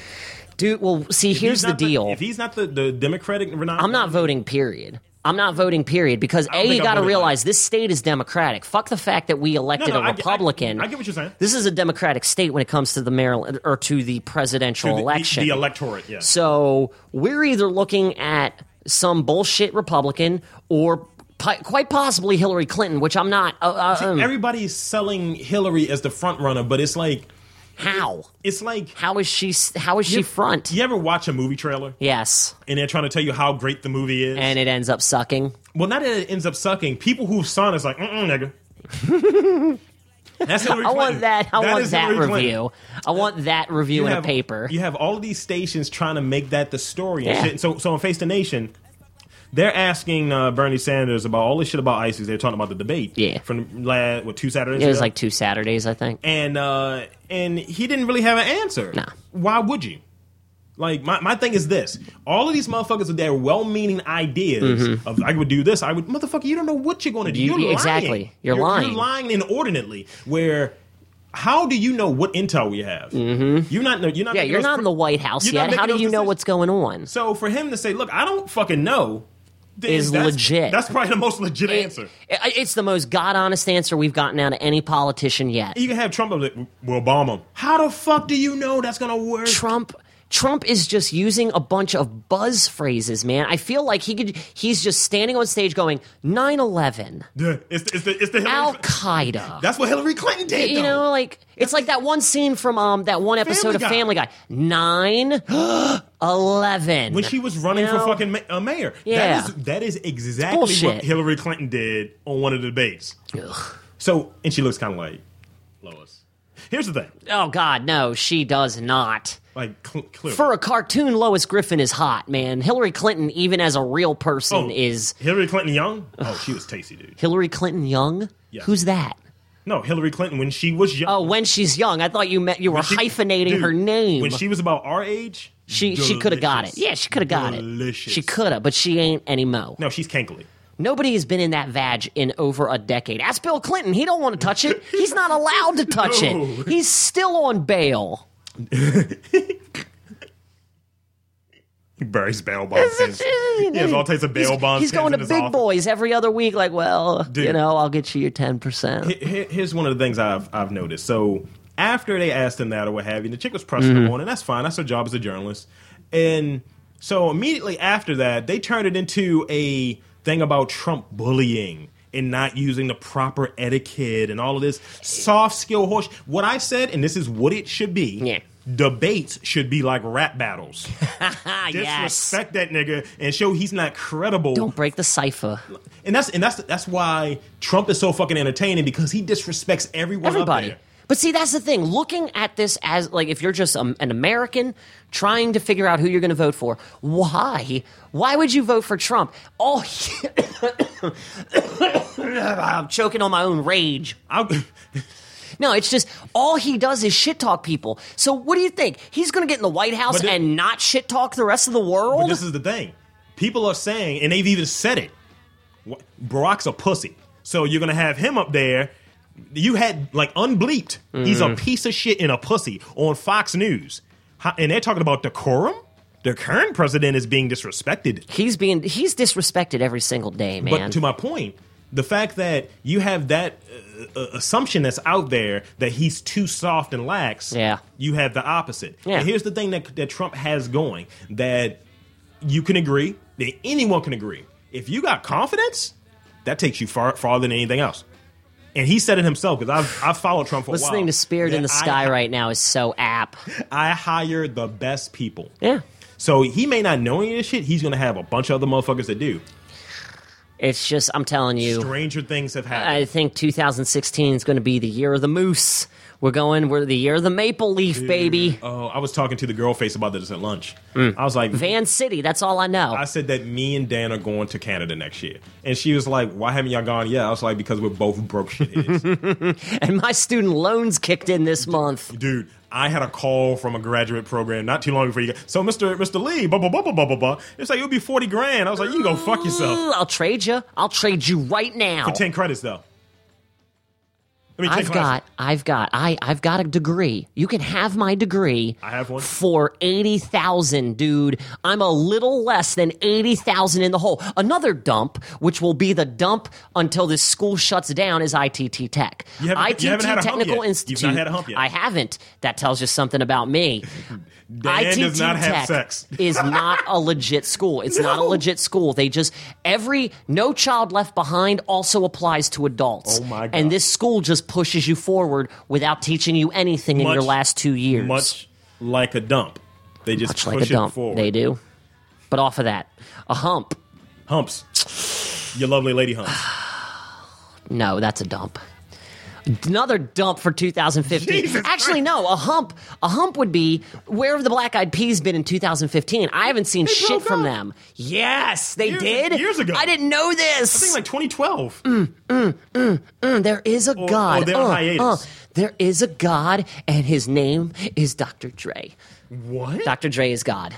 dude well see
If
here's
he's
the
not
deal
if he's not the, the Democratic
i'm not voting period I'm not voting, period, because
don't
A, you
think I'm
got to
voting
realize this state is Democratic. Fuck the fact that we elected a
no, I get- I-
Republican.
I get what you're saying.
This is a Democratic state when it comes to the Maryland or to the presidential
the,
election.
the, the electorate yeah
So we're either looking at some bullshit Republican or pi- quite possibly Hillary Clinton, which I'm not. Uh, uh, um,
everybody's selling Hillary as the front runner but it's like
how?
it's like
How is she? s- How is she front?
you ever watch a movie trailer
Yes,
and they're trying to tell you how great the movie is
and it ends up sucking.
well not that it ends up sucking people who've sung it's like mm nigga That's Hillary
I want
Clinton.
that. I want
is
that
Hillary Clinton.
review. I want that review in
have-
a paper.
You have all of these stations trying to make that the story and
Yeah.
shit. And so, so on Face the Nation, They're asking uh, Bernie Sanders about all this shit about ISIS. They're talking about the debate.
Yeah.
From last, what, two Saturdays
It was
ago?
like two Saturdays, I think.
and uh, and he didn't really have an answer.
Nah.
Why would you? Like my, my thing is this: all of these motherfuckers with their well-meaning ideas of I would do this, I would motherfucker. You don't know what you're going to do.
Mm-hmm. You-
are lying.
exactly. You're lying.
You're lying inordinately. Where how do you know what intel we have? Mm-hmm. You're not. know- You're not.
Yeah,
making
you're
those
not
pre-
in the White House
you're not
yet. How
making
do
those
you know
decisions.
what's going on?
So for him to say, "Look, I don't fucking know," th-
Is
that's-
legit.
That's probably the most legit answer.
It- it- it's the most god honest answer we've gotten out of any politician yet.
You can have Trump up like, "We'll bomb him." How the fuck do you know that's gonna work?
Trump Trump is just using a bunch of buzz phrases, man. I feel like he could he's just standing on stage going 9/11,
Yeah, It's, it's the, it's the Hillary-
Al-Qaeda.
That's what Hillary Clinton did.
you
though.
know, like it's like that one scene from um that one episode
Family
of
Guy.
Family Guy. 9 11.
when she was running
You
for
know?
fucking ma- uh, mayor.
Yeah.
That is, that is exactly what
bullshit.
Hillary Clinton did on one of the debates.
Ugh.
So, and she looks kind of like Lois. Here's the thing.
Oh god, no, she does not.
Like, cl- clearly.
For a cartoon, Lois Griffin is hot, man. Hillary Clinton, even as a real person,
Oh,
is
Hillary Clinton young? Oh, she was tasty, dude.
Hillary Clinton young?
Yes.
Who's that?
No, Hillary Clinton when she was young.
Oh, when she's young, I thought you meant you were
She-
Oh, hyphenating
dude,
her name.
When she was about our age,
She she could have got it.
delicious.
Yeah, she could have got
Delicious.
it. She could have, but she ain't anymore.
No, she's cankly.
Nobody has been in that vag in over a decade. Ask Bill Clinton. He don't want to touch it. He's not allowed to touch
No.
it. He's still on bail.
He buries bail bonds. he has all types of bail
he's,
bonds.
He's going to
in his
big
office.
boys every other week. Like, well, you
Dude.
know, I'll get you your ten percent.
Here- here- here's one of the things I've I've noticed. So after they asked him that or what have you, the chick was pressing
Mm-hmm.
him on, and that's fine. That's her job as a journalist. And so immediately after that, they turned it into a thing about Trump bullying and not using the proper etiquette and all of this soft skill horse. What I said, and this is what it should be.
Yeah.
Debates should be like rap battles.
Ah, yes.
Disrespect that nigga and show he's not credible
Don't break the cipher.
and that's and that's that's why Trump is so fucking entertaining because he disrespects everyone. Up
Everybody.
there.
But see, that's the thing. Looking at this as like if you're just um, an American trying to figure out who you're going to vote for, why? Why would you vote for Trump? All he- I'm choking on my own rage.
I,
No, it's just all he does is shit talk people. So what do you think? He's going to get in the White House
But thi-
and not shit talk the rest of the
but
world?
this is the thing. People are saying, and they've even said it. wh- Barack's a pussy. So you're gonna have him up there. You had like unbleeped. He's a piece of shit and a pussy on Fox News, How- and they're talking about decorum. The current president is being disrespected.
he's being he's disrespected every single day,
But
man.
to my point, the fact that you have that uh, uh, assumption that's out there that he's too soft and lax,
Yeah.
you have the opposite.
Yeah.
And here's the thing that, that Trump has going that you can agree, that anyone can agree. If you got confidence, that takes you far farther than anything else. And he said it himself because I've, I've followed Trump for a while.
Listening to Spirit in the
that I-
Sky right now is so app.
I hire the best people.
Yeah.
So he may not know any of this shit. He's going to have a bunch of other motherfuckers that do.
It's just I'm telling you.
Stranger things have happened.
I think 2016 is going to be the year of the moose. We're going. We're the year of the maple leaf, baby.
Oh, I was talking to the girl face about this at lunch.
Mm.
I was like,
Van City. That's all I know.
I said that me and Dan are going to Canada next year, and she was like, "Why haven't y'all gone yet?" I was like, "Because we're both broke shitheads,
and my student loans kicked in this month.
dude." I had a call from a graduate program not too long before you. Got, so, Mister Mister Lee, blah blah blah blah blah blah blah. It's like it'll be forty grand. I was like, "You go fuck yourself."
Ooh, I'll trade you. I'll trade you right now.
Ten credits though. I mean, 10
I've
classes.
got. I've got. I. I've got a degree. You can have my degree.
I have one.
for eighty thousand, dude. I'm a little less than eighty thousand in the hole. Another dump, which will be the dump until this school shuts down, is ITT Tech.
You haven't- you
ITT
haven't had a
Technical
hump yet. You've not
Institute.
had a hump yet.
I haven't. That tells you something about me.
Dan
ITT
does not
Tech
have sex.
is not a legit school. It's not a legit school. They just every no child left behind also applies to adults.
Oh, my God.
And this school just pushes you forward without teaching you anything in
Much-
your last two years.
Much like a dump, they just
Much
push
like a
it
dump.
forward.
They do. But off of that, a hump.
Humps, your lovely lady humps.
No, that's a dump. Another dump for 2015.
Jesus
Actually, no, a hump. A hump would be where have the Black Eyed Peas been in 2015? I haven't seen shit
broke
from
up.
them. Yes, they
Years-
did
years ago.
I didn't know
I
this.
think like 2012.
Mm, there is a god. Uh,
or oh, they're on hiatus.
there is a god, and his name is Dr. Dre.
What?
Dr. Dre is God.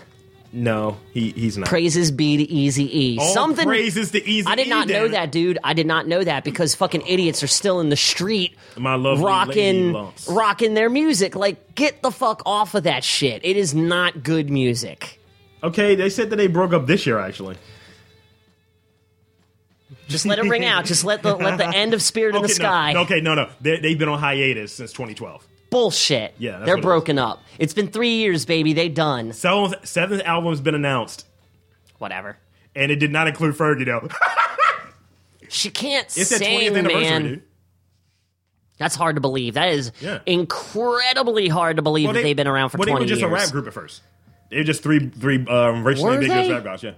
No, he he's not.
Praises be to Easy E.
All
Something
praises to Easy.
I did not know that, dude. I did not know that because fucking idiots are still in the street
My lovely lady
rocking
lumps.
rocking their music. Like, get the fuck off of that shit. It is not good music.
Okay, they said that they broke up this year. Actually,
Just let it ring out. Just let the let the end of Spirit in
okay,
the Sky.
No, okay, no, no, they, they've been on hiatus since 2012.
Bullshit.
Yeah, that's
they're
what it is.
broken up. It's been three years, baby. They done.
Seventh, seventh album's been announced,
Whatever.
and it did not include Fergie though.
She can't
it's their
sing,
20th anniversary,
man.
dude.
That's hard to believe. That is
Yeah.
incredibly hard to believe
Well,
that they've been around for
well, they
twenty
were just
years.
a rap group at first. They were just three three um, racially
Were
ambiguous
they?
rap guys. Yeah,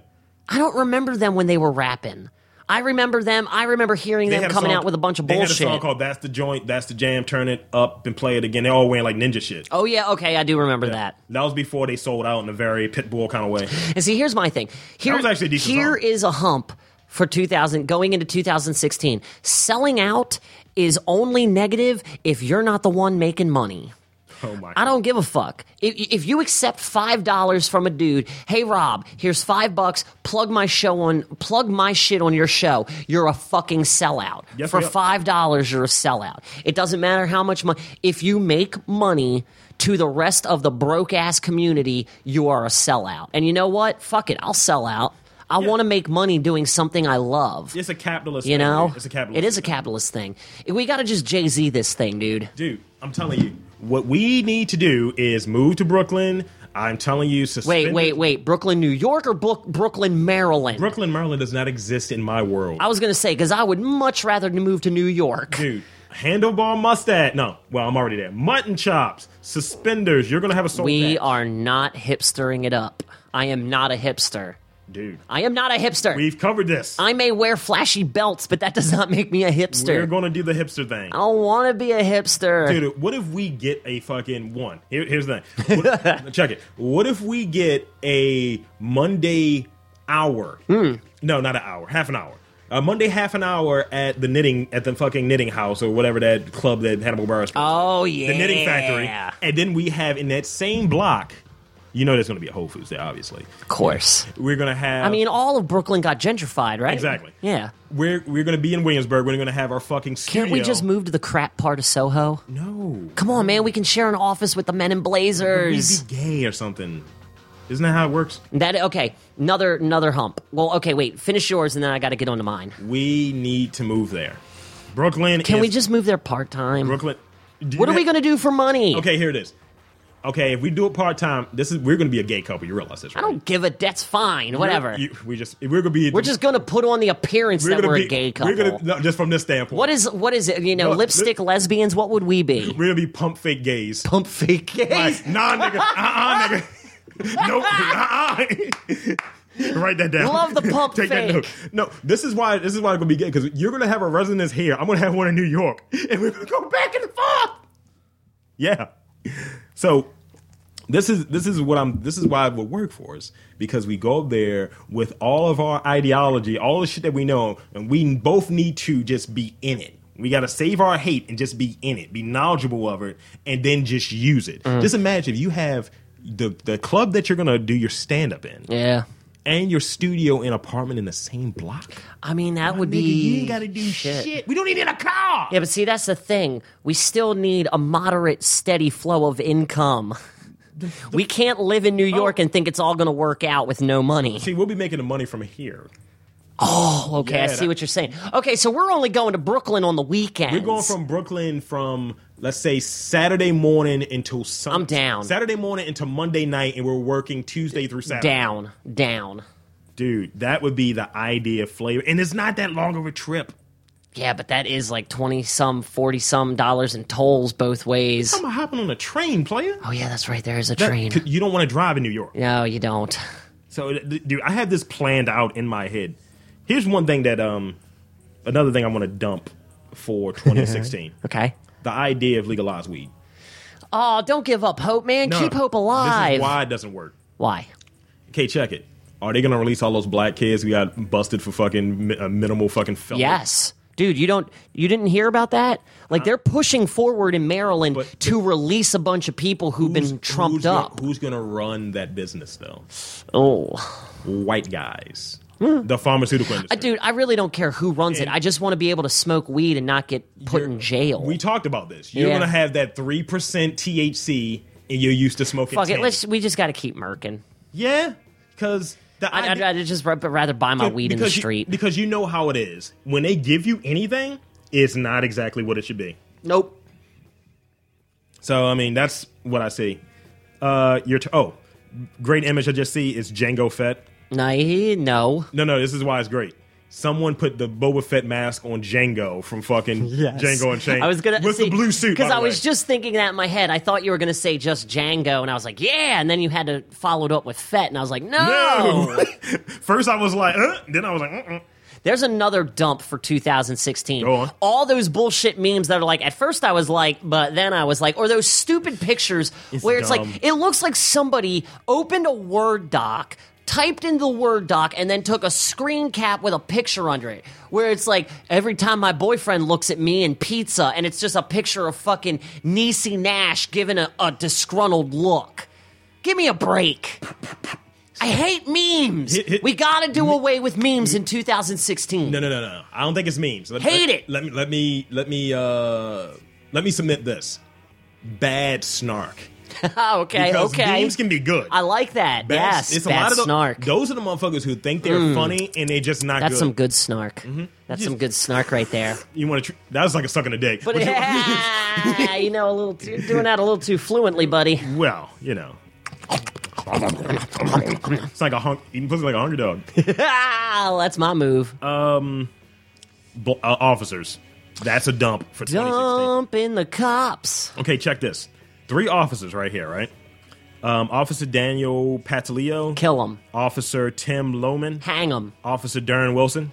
I don't remember them when they were rapping. I remember them. I remember hearing
they
them
a
coming
song-
out with a bunch of
they
bullshit.
They had a song called "That's the Joint," "That's the Jam," "Turn It Up" and "Play It Again." They all wearing like ninja shit.
oh yeah, okay, I do remember that.
That was before they sold out in a very pitbull kind of way.
And see, here's my thing. Here,
was actually a decent
here
song.
is a hump for 2000 going into 2016. Selling out is only negative if you're not the one making money.
Oh my!
I don't give a fuck. If, if you accept five dollars from a dude, hey Rob, here's five bucks. Plug my show on, plug my shit on your show. You're a fucking sellout.
Yes,
For
we are.
five dollars, you're a sellout. It doesn't matter how much money. If you make money to the rest of the broke ass community, you are a sellout. And you know what? Fuck it, I'll sell out. I want to make money doing something I love.
It's a capitalist.
You
thing,
know,
dude. it's a capitalist.
It is a
thing.
capitalist thing. We got to just Jay Z this thing, dude.
dude. I'm telling you, what we need to do is move to Brooklyn. I'm telling you, suspend
Wait, wait, wait. Brooklyn, New York or Brook Brooklyn, Maryland?
Brooklyn, Maryland does not exist in my world,
I was going to say, because I would much rather move to New York.
dude. Handlebar mustache. No, well, I'm already there. Mutton chops, suspenders. You're gonna have a soul.
We
patch.
are not hipstering it up. I am not a hipster.
dude.
I am not a hipster.
We've covered this.
I may wear flashy belts, but that does not make me a
We're
hipster.
gonna do the hipster thing.
I don't want to be a hipster.
Dude, what if we get a fucking one? Here, here's the thing. What- check it. What if we get a Monday hour?
Hmm.
No, not an hour. Half an hour. A Monday half an hour at the knitting at the fucking knitting house or whatever that club that Hannibal Burris.
oh, yeah.
the knitting factory. And then we have in that same block. You know, there's going to be a Whole Foods there. Obviously,
Of course.
we're going to have.
I mean, all of Brooklyn got gentrified, right?
Exactly.
Yeah.
we're we're going to be in Williamsburg. We're going to have our fucking studio.
Can't we just move to the crap part of Soho?
No,
Come on, man. We can share an office with the men in
we'd
blazers.
be gay or something. Isn't that how it works?
That okay? Another another hump. Well, okay, wait. Finish yours, and then I got to get on to mine.
We need to move there. Brooklyn.
Can
is-
we just move there part time?
Brooklyn? do
What are
that-
we gonna do for money?
Okay, here it is. Okay, if we do it part time, this is we're gonna be a gay couple. You realize this, right?
I don't give a. That's fine. Whatever.
You- we just we're gonna be.
we're just gonna put on the appearance that we're
be
a gay couple.
We're gonna no, just from this standpoint.
what is what is it? You know,
No,
lipstick lesbians. What would we be?
We're gonna be pump fake gays.
Pump fake gays.
Like, nah, nigga. Uh, uh nigga. nope. Uh, uh Write that down.
Love the pump
Take that note. No, this is why this is why it's gonna be gay because you're gonna have a residence here. I'm gonna have one in New York, and we're gonna go back and forth. Yeah. So this is this is what I'm this is why it would work for us because we go there with all of our ideology, all the shit that we know, and we both need to just be in it. We got to save our hate and just be in it, be knowledgeable of it, and then just use it.
Mm-hmm.
Just imagine if you have the the club that you're gonna do your stand up in,
Yeah.
and your studio and apartment in the same block.
I mean, that would be.
Nigga, you ain't gotta do shit. We don't even need a car.
Yeah, but see, that's the thing. We still need a moderate, steady flow of income. we can't live in New
Oh.
York and think it's all going to work out with no money.
See, we'll be making the money from here.
Oh, okay, I
Yeah,
see
that-
what you're saying. Okay, so we're only going to Brooklyn on the weekends.
We're going from Brooklyn from let's say Saturday morning until Sunday.
I'm down.
Saturday morning into Monday night, and we're working Tuesday through Saturday.
down, down.
Dude, that would be the idea flavor, and it's not that long of a trip.
Yeah, but that is like twenty some, forty some dollars in tolls both ways.
I'm hopping on a train, player.
Oh yeah, that's right. There is a
That-
train.
You don't want to drive in New York.
No, you don't.
So, th- dude, I have this planned out in my head. Here's one thing that um, another thing I want to dump for 2016.
Okay.
the idea of legalized weed.
Oh, don't give up hope, man.
No,
Keep hope
This
alive.
is why it doesn't work.
Why?
Okay, check it. Are they going to release all those black kids who got busted for fucking mi- a minimal fucking felony?
Yes. Dude, you don't you didn't hear about that? Like they're pushing forward in Maryland
But-
to release a bunch of people who've
Who's-
been trumped
who's gonna-
up.
who's going to run that business though?
oh.
White guys. The pharmaceutical industry.
Uh, Dude, Hmm. I really don't care who runs it. I just want to be able to smoke weed and not get put in jail.
We talked about this. You're
Yeah.
going to have that 3% THC and you're used to smoking
Fuck
10.
it. Let's we just got to keep murking.
Yeah, because the
I'd, I'd
idea-
rather just ra- rather buy my weed in the
because you-
street.
because you know how it is. When they give you anything, it's not exactly what it should be.
nope.
So I mean, that's what I see. Uh, your t- oh, great image I just see is Django Fett.
No, he- no.
No, no, this is why it's great. Someone put the Boba Fett mask on Django from fucking Django and Chain.
I was gonna
with
see,
the blue suit
because
by
I
the
was
way.
just thinking that in my head. I thought you were gonna say just Django, and I was like, yeah. And then you had to follow it up with Fett, and I was like, no.
No. First I was like, uh, then I was like, Mm-mm.
There's another dump for 2016.
Go on.
All those bullshit memes that are like, at first I was like, but then I was like, or those stupid pictures where it's
dumb.
like, it looks like somebody opened a Word doc. Typed into the Word doc and then took a screen cap with a picture under it, where it's like every time my boyfriend looks at me and pizza, and it's just a picture of fucking Niecy Nash giving a, a disgruntled look. Give me a break. I hate memes.
Hit- hit-
we gotta do away with memes in 2016.
no, no, no, no. I don't think it's memes. Let,
Hate
let-
it.
Let me, let me, let me, uh, let me submit this. Bad snark.
Oh, okay,
Because
okay.
memes can be good.
I like that.
Bad-
yes, bad
of tho-
snark. Mm.
Those are the motherfuckers who think they're funny and they just not
That's
good. Mm-hmm.
some good snark. That's some good snark right there.
You want to? Tr- that was like a sucking a dick.
But
Would you-
yeah, you know, a little too, doing that a little too fluently, buddy.
well, you know, it's like a hunk eating pussy like a hungry dog.
Ah, that's my move.
Uh, Bl- uh, officers, that's a dump for 2016.
Dump in the cops.
Okay, check this. Three officers right here, right? Um, Officer Daniel Pataleo,
Kill him.
Officer Tim Lohman,
Hang him.
Officer Darren Wilson.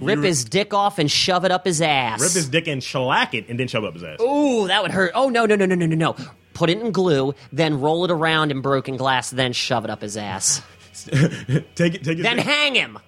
Rip
You-
his dick off and shove it up his ass.
rip his dick and shellac it, and then shove up his ass.
Ooh, that would hurt. Oh no, no, no, no, no, no, no. Put it in glue, then roll it around in broken glass, then shove it up his ass.
Take it, take it.
Then hang him.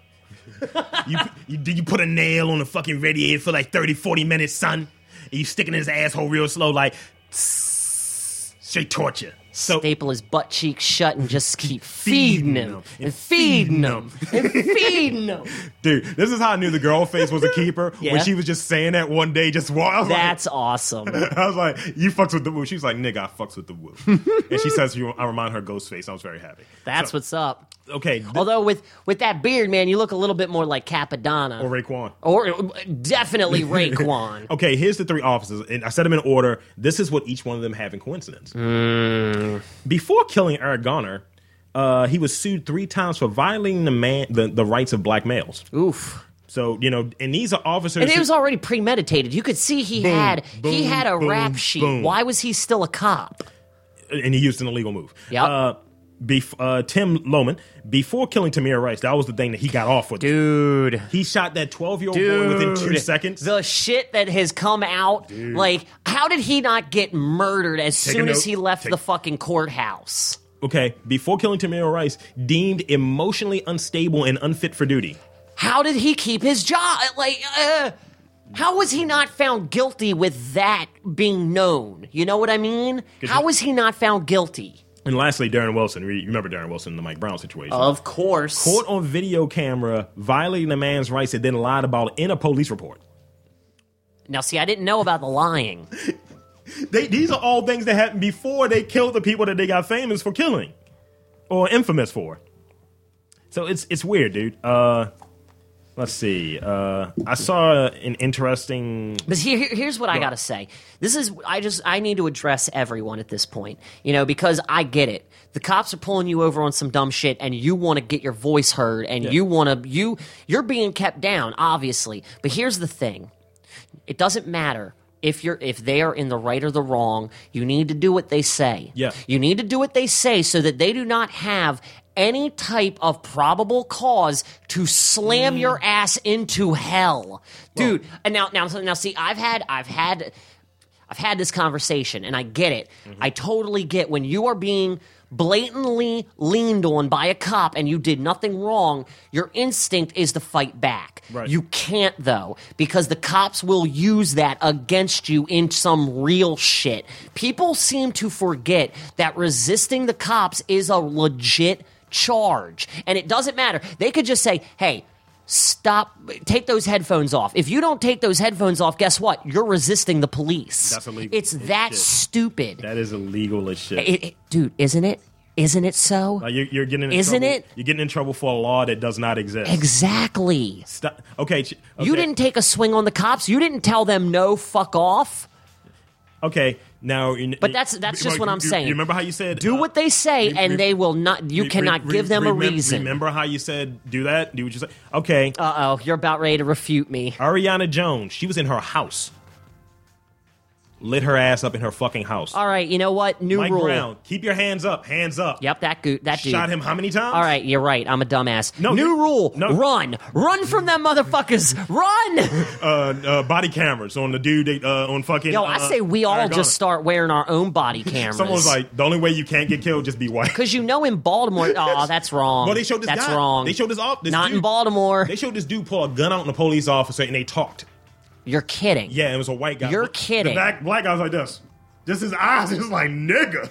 You, you, did you put a nail on the fucking radiator for like 30, 40 minutes, son? And you sticking his asshole real slow, like tss, straight torture. So
Staple his butt cheek shut and just keep feeding him and feeding him and feeding him.
Dude, this is how I knew the girl face was a keeper
Yeah.
when she was just saying that one day, just walk. I was,
That's awesome.
like, I was like, you fucks with the woo. She was like, nigga, I fucks with the woo. and she says, you, I remind her ghost face. I was very happy.
That's Oh.
So-
what's up.
Okay. th-
Although with with that beard, man, you look a little bit more like Capadonna,
or Raekwon.
or uh, definitely Raekwon.
Okay, here's the three officers, and I set them in order. This is what each one of them have in coincidence.
Hmm.
Before killing Eric Garner, uh, he was sued three times for violating the man the, the rights of black males.
Oof.
So you know, and these are officers.
And it
who-
was already premeditated. You could see he had he
boom,
had a
boom,
rap sheet.
boom.
Why was he still a cop?
and he used an illegal move.
Yep.
Uh, bef- uh, Tim Lohman, before killing Tamir Rice, that was the thing that he got off with.
Dude.
He shot that 12 year old boy within two
Dude,
seconds.
The shit that has come out, like, how did he not get murdered as
Take a
soon
note.
as he left
Take-
the fucking courthouse?
okay, before killing Tamir Rice, deemed emotionally unstable and unfit for duty.
How did he keep his job? Like, uh, how was he not found guilty with that being known? You know what I mean? How was he not found guilty?
And lastly, Darren Wilson. You remember Darren Wilson in the Mike Brown situation.
Of course.
Caught on video camera violating a man's rights and then lied about it in a police report.
now, see, I didn't know about the lying.
They, these are all things that happened before they killed the people that they got famous for killing or infamous for. So it's it's weird, dude. Uh, let's see. Uh, I saw an interesting.
But here, here- here's what I gotta say. This is I just I need to address everyone at this point, you know, because I get it. The cops are pulling you over on some dumb shit, and you want to get your voice heard, and you want to you you're being kept down, obviously. But here's the thing: it doesn't matter if you're if they are in the right or the wrong. You need to do what they say.
Yeah.
You need to do what they say so that they do not have any type of probable cause to slam your ass into hell, dude. and now, now, now, see, I've had, I've had, I've had this conversation, and I get it. I totally get when you are being blatantly leaned on by a cop and you did nothing wrong. Your instinct is to fight back.
Right.
You can't though because the cops will use that against you in some real shit. People seem to forget that resisting the cops is a legit charge and it doesn't matter. They could just say, "Hey, stop take those headphones off." If you don't take those headphones off, guess what? You're resisting the police.
That's illegal.
It's that
Shit.
stupid.
That is illegal as shit.
It- it- dude, isn't it? Isn't it so?
Like, you're, you're getting in
Isn't
trouble-
it?
You're getting in trouble for a law that does not exist.
exactly.
Stop. Okay, ch- okay.
You didn't take a swing on the cops. You didn't tell them no, fuck off.
Okay, now. You,
But that's- that's just what I'm
you-
saying.
You remember how you said
Do
uh,
what they say,
re-
and
re-
they will not. You
re-
cannot
re-
give them a
remem-
reason.
Remember how you said do that? Do what you said? Okay,
Uh oh, you're about ready to refute me.
Ariana Jones. She was in her house. Lit her ass up in her fucking house.
All right, you know what? New
Mike
rule.
Brown, keep your hands up. Hands up.
Yep, that goo- that dude.
Shot him how many times?
All right, you're right. I'm a dumbass.
No,
New
you-
rule.
no.
Run, run from them motherfuckers. Run.
Uh, uh, body cameras on the dude that, uh, on fucking.
Yo,
uh,
I say we all
Aragona.
just start wearing our own body cameras.
Someone's like, the only way you can't get killed just be white.
because you know in Baltimore. Oh, that's wrong.
Well, they showed this
that's
guy.
wrong.
They showed this off. This
Not
dude.
in Baltimore.
They showed this dude pull a gun out on a police officer and they talked.
you're kidding.
Yeah, it was a white guy.
You're
The
kidding.
black, black guy was like this. Just his eyes. It's like nigga.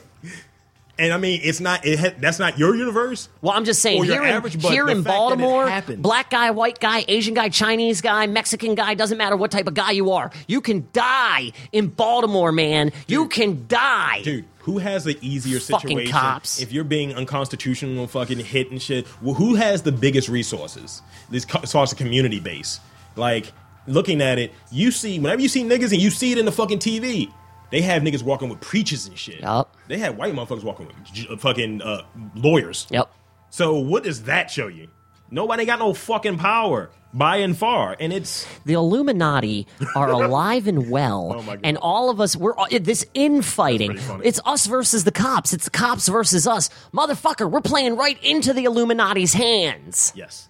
And I mean, it's not. It ha- that's not your universe.
Well, I'm just saying
Or your
here in,
average, but
here
the
in
fact that it
Baltimore,
happens.
black guy, white guy, Asian guy, Chinese guy, Mexican guy, doesn't matter what type of guy you are, you can die in Baltimore, man. you can die.
Dude, who has the easier
Fucking
situation?
cops.
If you're being unconstitutional, fucking hit and shit, well, who has the biggest resources? This co- as far as the community base, like looking at it, you see whenever you see niggas and you see it in the fucking TV, they have niggas walking with preachers and shit.
Yup.
They had white motherfuckers walking with j- uh, fucking uh, lawyers.
Yep.
So what does that show you? Nobody got no fucking power by and far, and it's
The Illuminati are alive and well,
Oh my God.
and all of us, we're all- this infighting.
That's pretty funny.
It's us versus the cops. It's the cops versus us. Motherfucker, we're playing right into the Illuminati's hands.
yes.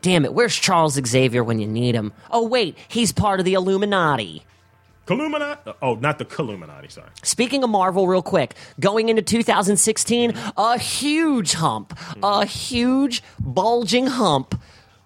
Damn it, where's Charles Xavier when you need him? Oh, wait, he's part of the Illuminati.
Illuminati? Oh, not the Illuminati. Sorry.
Speaking of Marvel, real quick, going into 2016, a huge hump, a huge bulging hump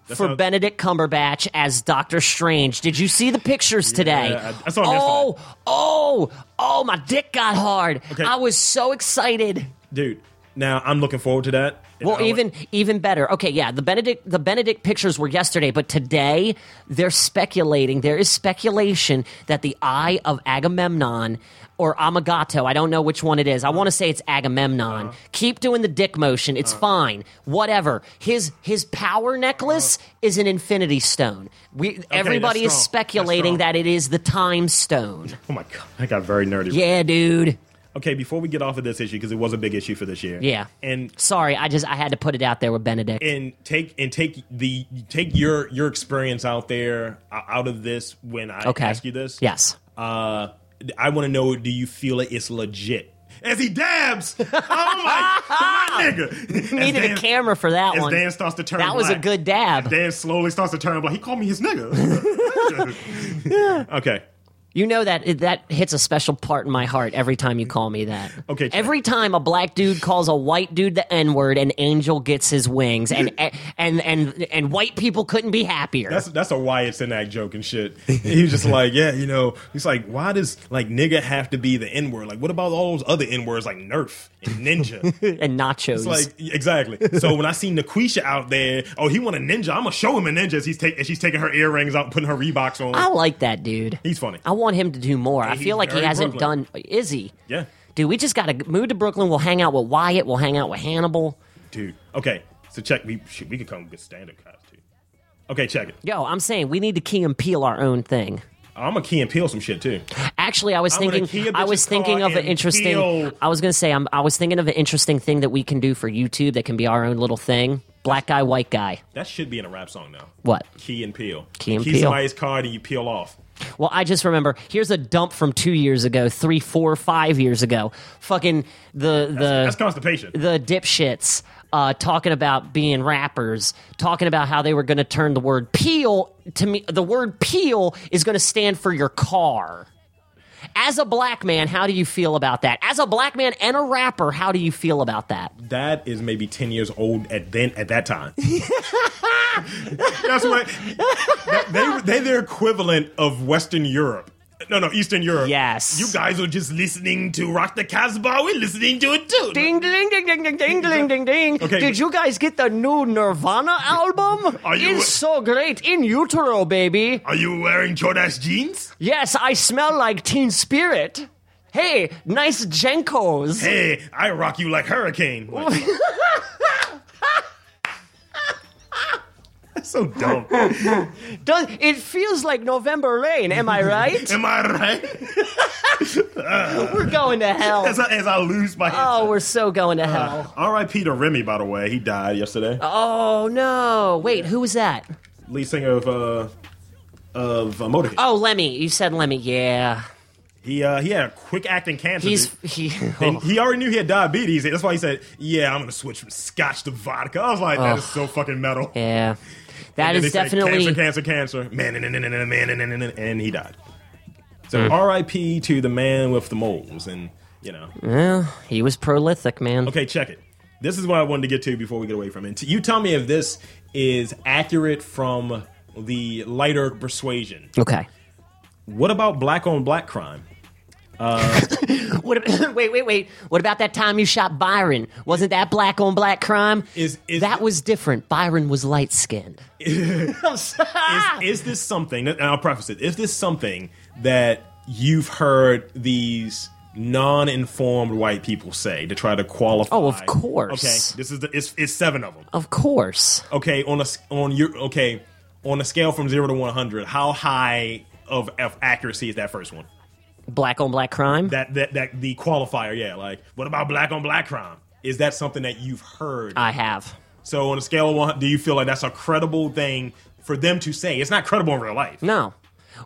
for
how-
Benedict Cumberbatch as Doctor Strange. Did you see the pictures today?
I- I saw him
oh, oh, oh! My dick got hard.
Okay.
I was so excited.
dude. Now I'm looking forward to that. And I
Well,
don't-
even even better. Okay, yeah, the Benedict the Benedict pictures were yesterday, but today they're speculating. There is speculation that the Eye of Agamemnon or Amagato, I don't know which one it is. I want to say it's Agamemnon.
Uh-huh.
Keep doing the dick motion. It's fine. Whatever. His his power necklace is an infinity stone. We everybody is
strong. Uh-huh. That's
speculating
strong.
that it is the time stone.
oh my god, I got very nerdy.
Yeah, dude.
Okay, before we get off of this issue because it was a big issue for this year.
Yeah.
And
Sorry, I just I had to put it out there with Benedict.
and take and take the take your your experience out there uh, out of this when I
okay.
ask you this.
Yes.
Uh, I want to know: Do you feel it is legit? As he dabs, oh my, my nigga! As
needed a
Dan-
camera for that
As
one.
Dan starts to turn,
That was a
black.
good dab.
Dan slowly starts to turn black. He called me his nigga. yeah. Okay.
You know that that hits a special part in my heart every time you call me that.
Okay, check.
Every time a black dude calls a white dude the N word, an angel gets his wings, and and and and white people couldn't be happier.
That's that's a Wyatt Sinak joke and shit. He was just like, yeah, you know, he's like, why does like nigga have to be the N word? Like, what about all those other N words like Nerf and Ninja?
and nachos.
It's like exactly. So when I see Naquisha out there, oh, he want a ninja. I'm gonna show him a ninja as he's take as she's taking her earrings out, and putting her Reeboks on.
I like that dude.
he's funny.
I want him to do more. I
he's
feel like he
very
hasn't
Brooklyn.
done. Is he?
yeah,
Dude, we just got to move to Brooklyn. We'll hang out with Wyatt. We'll hang out with Hannibal.
dude. Okay, so check. We shit, we can come get standard cops too. Okay, check it.
Yo, I'm saying we need to key and peel our own thing.
I'm gonna key and peel some shit too.
Actually, I was
I'm gonna key a
thinking. I was
bitch's
thinking
car
of an
and
interesting.
peel.
I was gonna say. I'm, I was thinking of an interesting thing that we can do for YouTube that can be our own little thing. Black guy, white guy.
That should be in a rap song now.
What?
Key and peel.
Key and
key
peel.
somebody's card and you peel off.
Well, I just remember here's a dump from two years ago, three, four, five years ago. Fucking the the
That's constipation.
the dipshits uh, talking about being rappers, talking about how they were going to turn the word peel to me. The word peel is going to stand for your car. As a black man, how do you feel about that? As a black man and a rapper, how do you feel about that?
that is maybe 10 years old at then at that time that's what that- they were- they their equivalent of western europe no no eastern europe
Yes.
you guys are just listening to rock the casbah we're listening to it too
Ding ding ding ding ding ding ding ding ding.
Okay.
Did you guys get the new Nirvana album?
Are you-
it's so great in utero, baby.
are you wearing Jordache jeans
Yes, I smell like Teen Spirit. Hey, nice Jenkos.
hey i rock you like hurricane Like- that's so dumb
Does it feels like November rain? Am I right?
am i right
we're going to hell.
as i, as I lose my
Oh, we're so going to hell.
rip to remy by the way he died yesterday
Oh no! Wait, who was that?
lead singer of uh of uh, Motorhead.
Oh, Lemmy. You said Lemmy. Yeah,
He uh he had a quick acting cancer.
he's
dude.
he. oh,
And he already knew he had diabetes. That's why he said, "Yeah, I'm gonna switch from scotch to vodka." I was like,
Oh.
"That is so fucking metal."
Yeah, that
And
is
they said,
definitely.
cancer, cancer, cancer. Man, and, and, and, and, man, and, and, and, and he died. So
Hmm.
R.I.P. to the man with the moles, and you know.
Hmm. He was prolific, man.
Okay, check it. This is what I wanted to get to before we get away from it. You tell me if this is accurate from the lighter persuasion.
Okay.
What about black on black crime?
What? ab- wait, wait, wait. What about that time you shot Byron? Wasn't that black on black crime?
Is- is-
that was different? Byron was light skinned. Ah!
is, is this something and i'll preface it is this something that you've heard these non-informed white people say to try to qualify
Oh, of course.
okay this is the it's, it's seven of them
Of course.
okay on a s- on your okay on a scale from zero to 100 how high of, of accuracy is that first one
Black on black crime.
that, that that the qualifier yeah like what about black on black crime is that something that you've heard
I have.
so on a scale of one do you feel like that's a credible thing for them to say it's not credible in real life
No.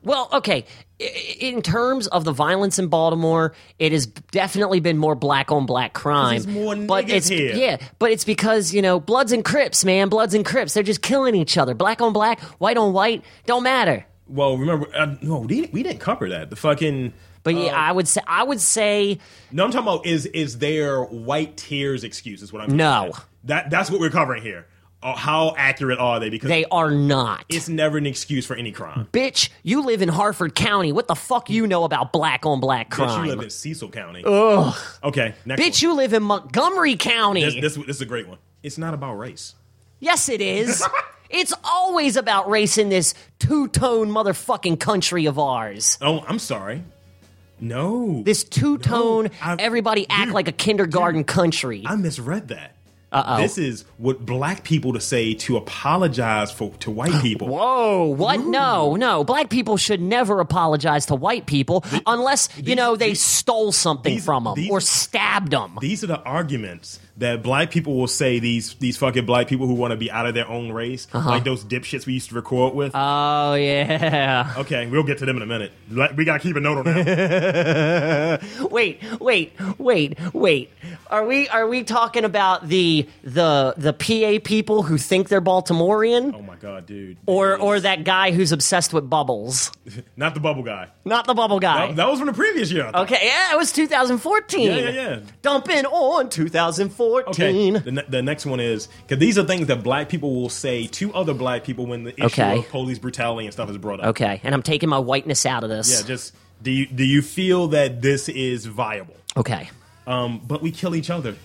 Well, okay. I- In terms of the violence in Baltimore, it has definitely been more black on black crime.
Because there's more
but
niggas
it's
here.
yeah, but it's because you know Bloods and Crips, man, Bloods and Crips. They're just killing each other, black on black, white on white. Don't matter.
Well, remember, uh, no, we didn't, we didn't cover that. The fucking
But
Oh.
yeah, I would say I would say
no. I'm talking about is is there white tears excuse? Is what I'm
No.
That that's what we're covering here. Uh, how accurate are they? Because
they are not.
it's never an excuse for any crime.
Bitch, you live in Harford County. What the fuck you know about black on black
Bitch, you
crime?
live in Cecil County. Ugh. Okay, next
Bitch, you live in Montgomery County.
One. This, this this is a great one. It's not about race.
Yes, it is. it's always about race in this two tone motherfucking country of ours.
Oh, I'm sorry. No,
This two tone,
No, I've-
everybody act
dude,
like a kindergarten country.
I misread that. Uh-oh. This is what black people to say to apologize for to white people.
Whoa, what? No, no. Black people should never apologize to white people unless, you know, they stole something
these-
from them
these-
or stabbed them.
These are the arguments that black people will say. These these fucking black people who want to be out of their own race,
Uh-huh.
like those dipshits we used to record with.
oh, yeah.
okay, we'll get to them in a minute. Let- we gotta keep a note on that.
Wait, wait, wait, wait. Are we are we talking about the the the PA people who think they're Baltimorean?
oh my god, dude.
or or that guy who's obsessed with bubbles,
not the bubble guy.
not the bubble guy.
That, that was from the previous year. I thought.
okay, yeah, it was 2014.
Yeah, yeah, yeah.
Dumping on 2014.
Okay. The, ne- the next one is because these are things that black people will say to other black people when the issue
Okay.
of police brutality and stuff is brought up.
Okay, and I'm taking my whiteness out of this.
Yeah. Just do you do you feel that this is viable?
okay.
Um, but we kill each other.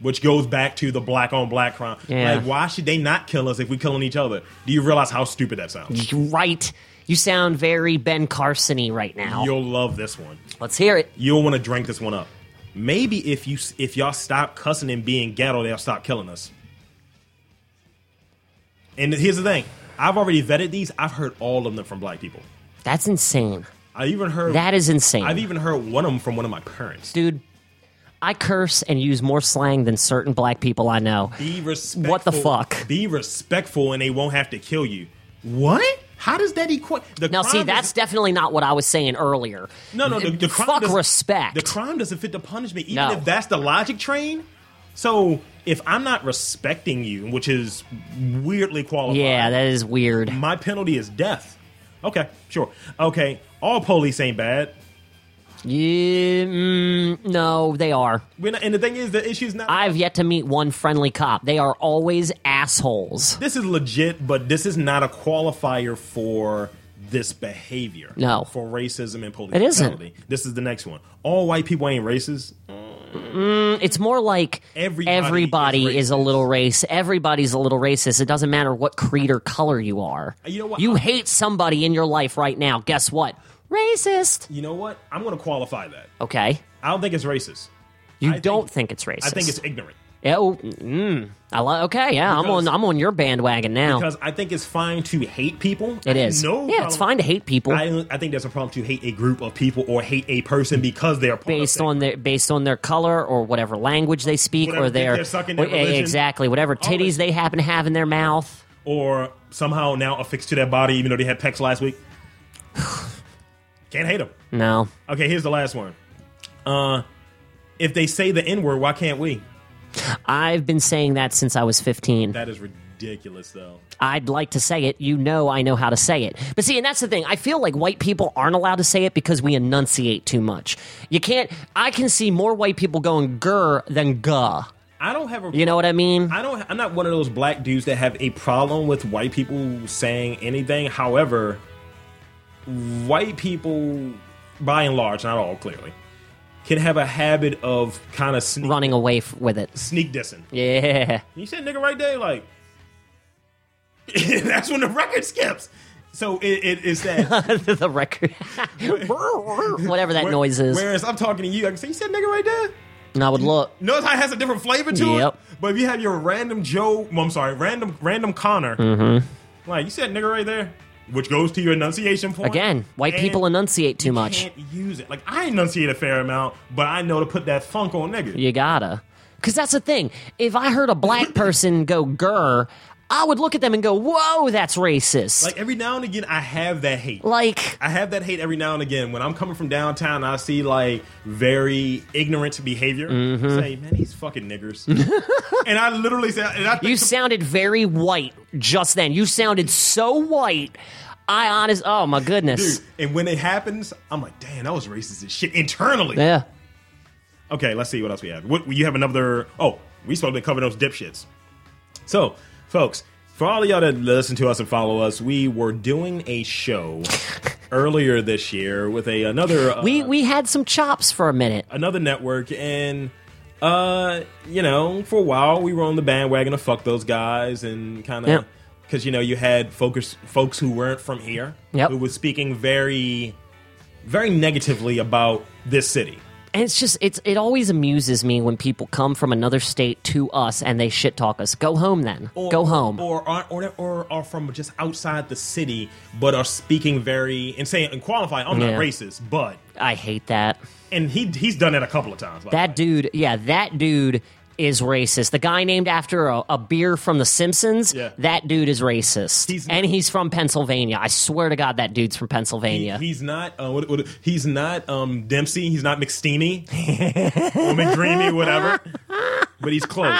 Which goes back to the black on black crime.
Yeah.
Like, why should they not kill us if we're killing each other? Do you realize how stupid that sounds?
You right. You sound very Ben Carson-y right now.
You'll love this one.
Let's hear it.
You'll want to drink this one up. Maybe if you if y'all stop cussing and being ghetto, they'll stop killing us. And here's the thing: I've already vetted these. I've heard all of them from black people.
That's insane.
I even heard
That is insane.
I've even heard one of them from one of my parents.
Dude, I curse and use more slang than certain black people I know.
Be respectful.
What the fuck?
Be respectful, and they won't have to kill you. What? How does that equate? The
Now, see,
crime
that's
is-
definitely not what I was saying earlier.
no, no. The, the crime
fuck
doesn't-
respect.
The crime doesn't fit the punishment, even
No.
if that's the logic train. So if I'm not respecting you, which is weirdly qualified,
yeah, that is weird.
my penalty is death. Okay, sure. Okay, all police ain't bad.
Yeah, mm, no, they are.
We're not, and the thing is, the issue's not.
I've yet to meet one friendly cop. They are always assholes.
this is legit, but this is not a qualifier for this behavior.
No.
for racism and police
It isn't.
brutality. This is the next one. All white people ain't racist.
It's more like
Everybody
everybody
is
is, a little race. Everybody's a little racist. It doesn't matter what creed or color you are.
Uh, You know what?
You hate somebody in your life right now. Guess what? Racist.
You know what? I'm going to qualify that.
Okay.
I don't think it's racist.
You
think-
don't think, it's racist.
I think it's ignorant
Yeah, oh, mm, I li- okay, yeah, I'm
Because-
on I'm on your bandwagon now.
because I think it's fine to hate people.
Oh. It is.
No,
yeah, it's fine to hate people
I, I think there's a problem to hate a group of people or hate a person because they are part of
based
that.
on their based on their color or whatever language they speak or
Whatever dick
their
they're sucking, their
wh-
religion.
exactly whatever
All
titties
that.
they happen to have in their mouth.
or somehow now affixed to their body, even though they had pecs last week. Can't hate them.
No,
Okay, here's the last one. Uh, if they say the N word, why can't we?
I've been saying that since I was 15.
That is ridiculous, though.
I'd like to say it. You know, I know how to say it. But see, and that's the thing. I feel like white people aren't allowed to say it because we enunciate too much. You can't. I can see more white people going "gur" than "guh."
I don't have a.
You know what I mean?
I don't. I'm not one of those black dudes that have a problem with white people saying anything. However, white people, by and large, not all clearly, can have a habit of kind of sneak,
Running away f- with it.
sneak dissing.
Yeah.
You said nigga right there, like that's when the record skips. So it, it is that
the record, whatever that noise is,
Whereas I'm talking to you, I can say you said nigga right there.
and I would look.
Notice how it has a different flavor to
Yep.
it. But if you have your random Joe, well, I'm sorry, random random Connor,
Mm-hmm.
like you said nigga right there, which goes to your enunciation point
Again, white
And
people enunciate too
you
much.
Can't use it. Like I enunciate a fair amount, but I know to put that funk on nigga.
You gotta, because that's the thing. If I heard a black person go "gur," I would look at them and go, "Whoa, that's racist."
Like
Like,
every now and again, I have that hate. I have that hate every now and again when I'm coming from downtown. and I see like very ignorant behavior.
Mm-hmm.
Say, man, these fucking niggers, and I literally say, and I think
you sounded very white just then. You sounded so white. I honest. Oh my goodness.
dude. And when it happens, I'm like, damn, that was racist as shit internally.
Yeah.
Okay, let's see what else we have. What you have another? Oh, we supposed to cover those dipshits. So, folks, for all of y'all that listen to us and follow us, we were doing a show earlier this year with a another. Uh,
We we had some chops for a minute.
another network and uh you know for a while we were on the bandwagon of fuck those guys and kind
Yeah.
of because you know you had focus folks who weren't from here
Yep.
who was speaking very very negatively about this city
And it's just it's it always amuses me when people come from another state to us and they shit talk us. Go home then. Go home.
or are, or or are from just outside the city but are speaking very and saying and qualifying i'm
Yeah.
not racist but
I hate that.
and he he's done it a couple of times by the way.
That dude, yeah, that dude is racist. The guy named after a, a beer from The Simpsons,
Yeah.
that dude is racist.
He's-
and he's from Pennsylvania. I swear to God, that dude's from Pennsylvania.
He- he's not. Uh, what, what, he's not um, Dempsey. He's not McSteamy or McDreamy, whatever. But he's close.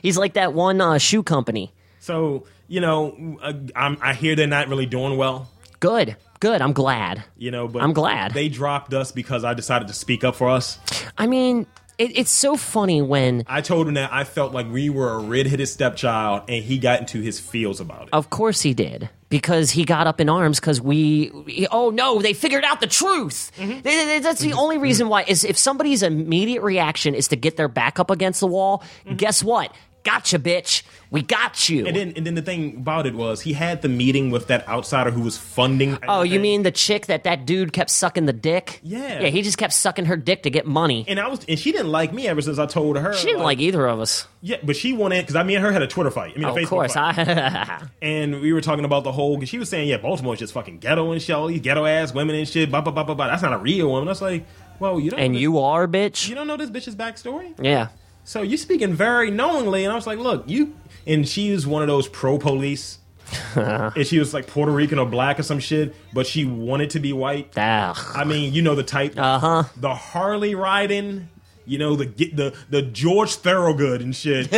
he's like that one uh, shoe company.
So you know, uh, I'm, I hear they're not really doing well.
Good, good. I'm glad.
You know, but
I'm glad.
they dropped us because I decided to speak up for us.
I mean, it, it's so funny when
I told him that I felt like we were a red-headed stepchild, and he got into his feels about it.
Of course he did. Because he got up in arms because we, we- oh no, they figured out the truth.
Mm-hmm.
They- they- That's the only reason why is if somebody's immediate reaction is to get their back up against the wall,
Mm-hmm.
guess what? Gotcha, bitch. We got you.
And then, and then the thing about it was he had the meeting with that outsider who was funding.
oh, you
everything.
mean the chick that that dude kept sucking the dick?
Yeah.
Yeah, he just kept sucking her dick to get money.
And I was, and she didn't like me ever since I told her.
she didn't like either of us.
Yeah, but she wanted because I mean, her had a Twitter fight. I mean, a
Of
Facebook
course.
fight.
I,
and we were talking about the whole. She was saying, "Yeah, Baltimore's just fucking ghetto and shit. All these ghetto ass women and shit. Blah blah blah blah blah. That's not a real woman." I was like, "Well, you don't.
and
know
you are,
this,
bitch.
you don't know this bitch's backstory.
Yeah.
So you speaking very knowingly." And I was like, "Look, you." And she is one of those pro police. and she was like Puerto Rican or black or some shit, but she wanted to be white.
Ah,
I mean, you know the type. Uh
Uh-huh.
huh. The Harley riding. You know the get the the George Thorogood and shit.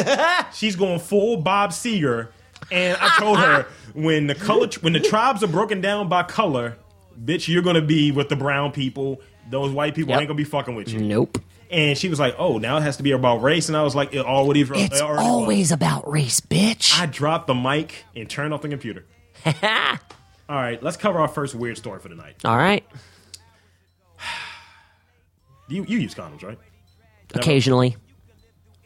She's going full Bob Seger, and I told her when the color when the tribes are broken down by color, bitch, you're gonna be with the brown people. Those white people
Yep. Mm-hmm.
ain't gonna be fucking with you.
nope.
And she was like, "Oh, now it has to be about race." And I was like, "It already, it
It's
already was."
always about race, bitch.
uh, I dropped the mic and turned off the computer. All right, let's cover our first weird story for the night.
All right.
You you use condoms, right?
Occasionally.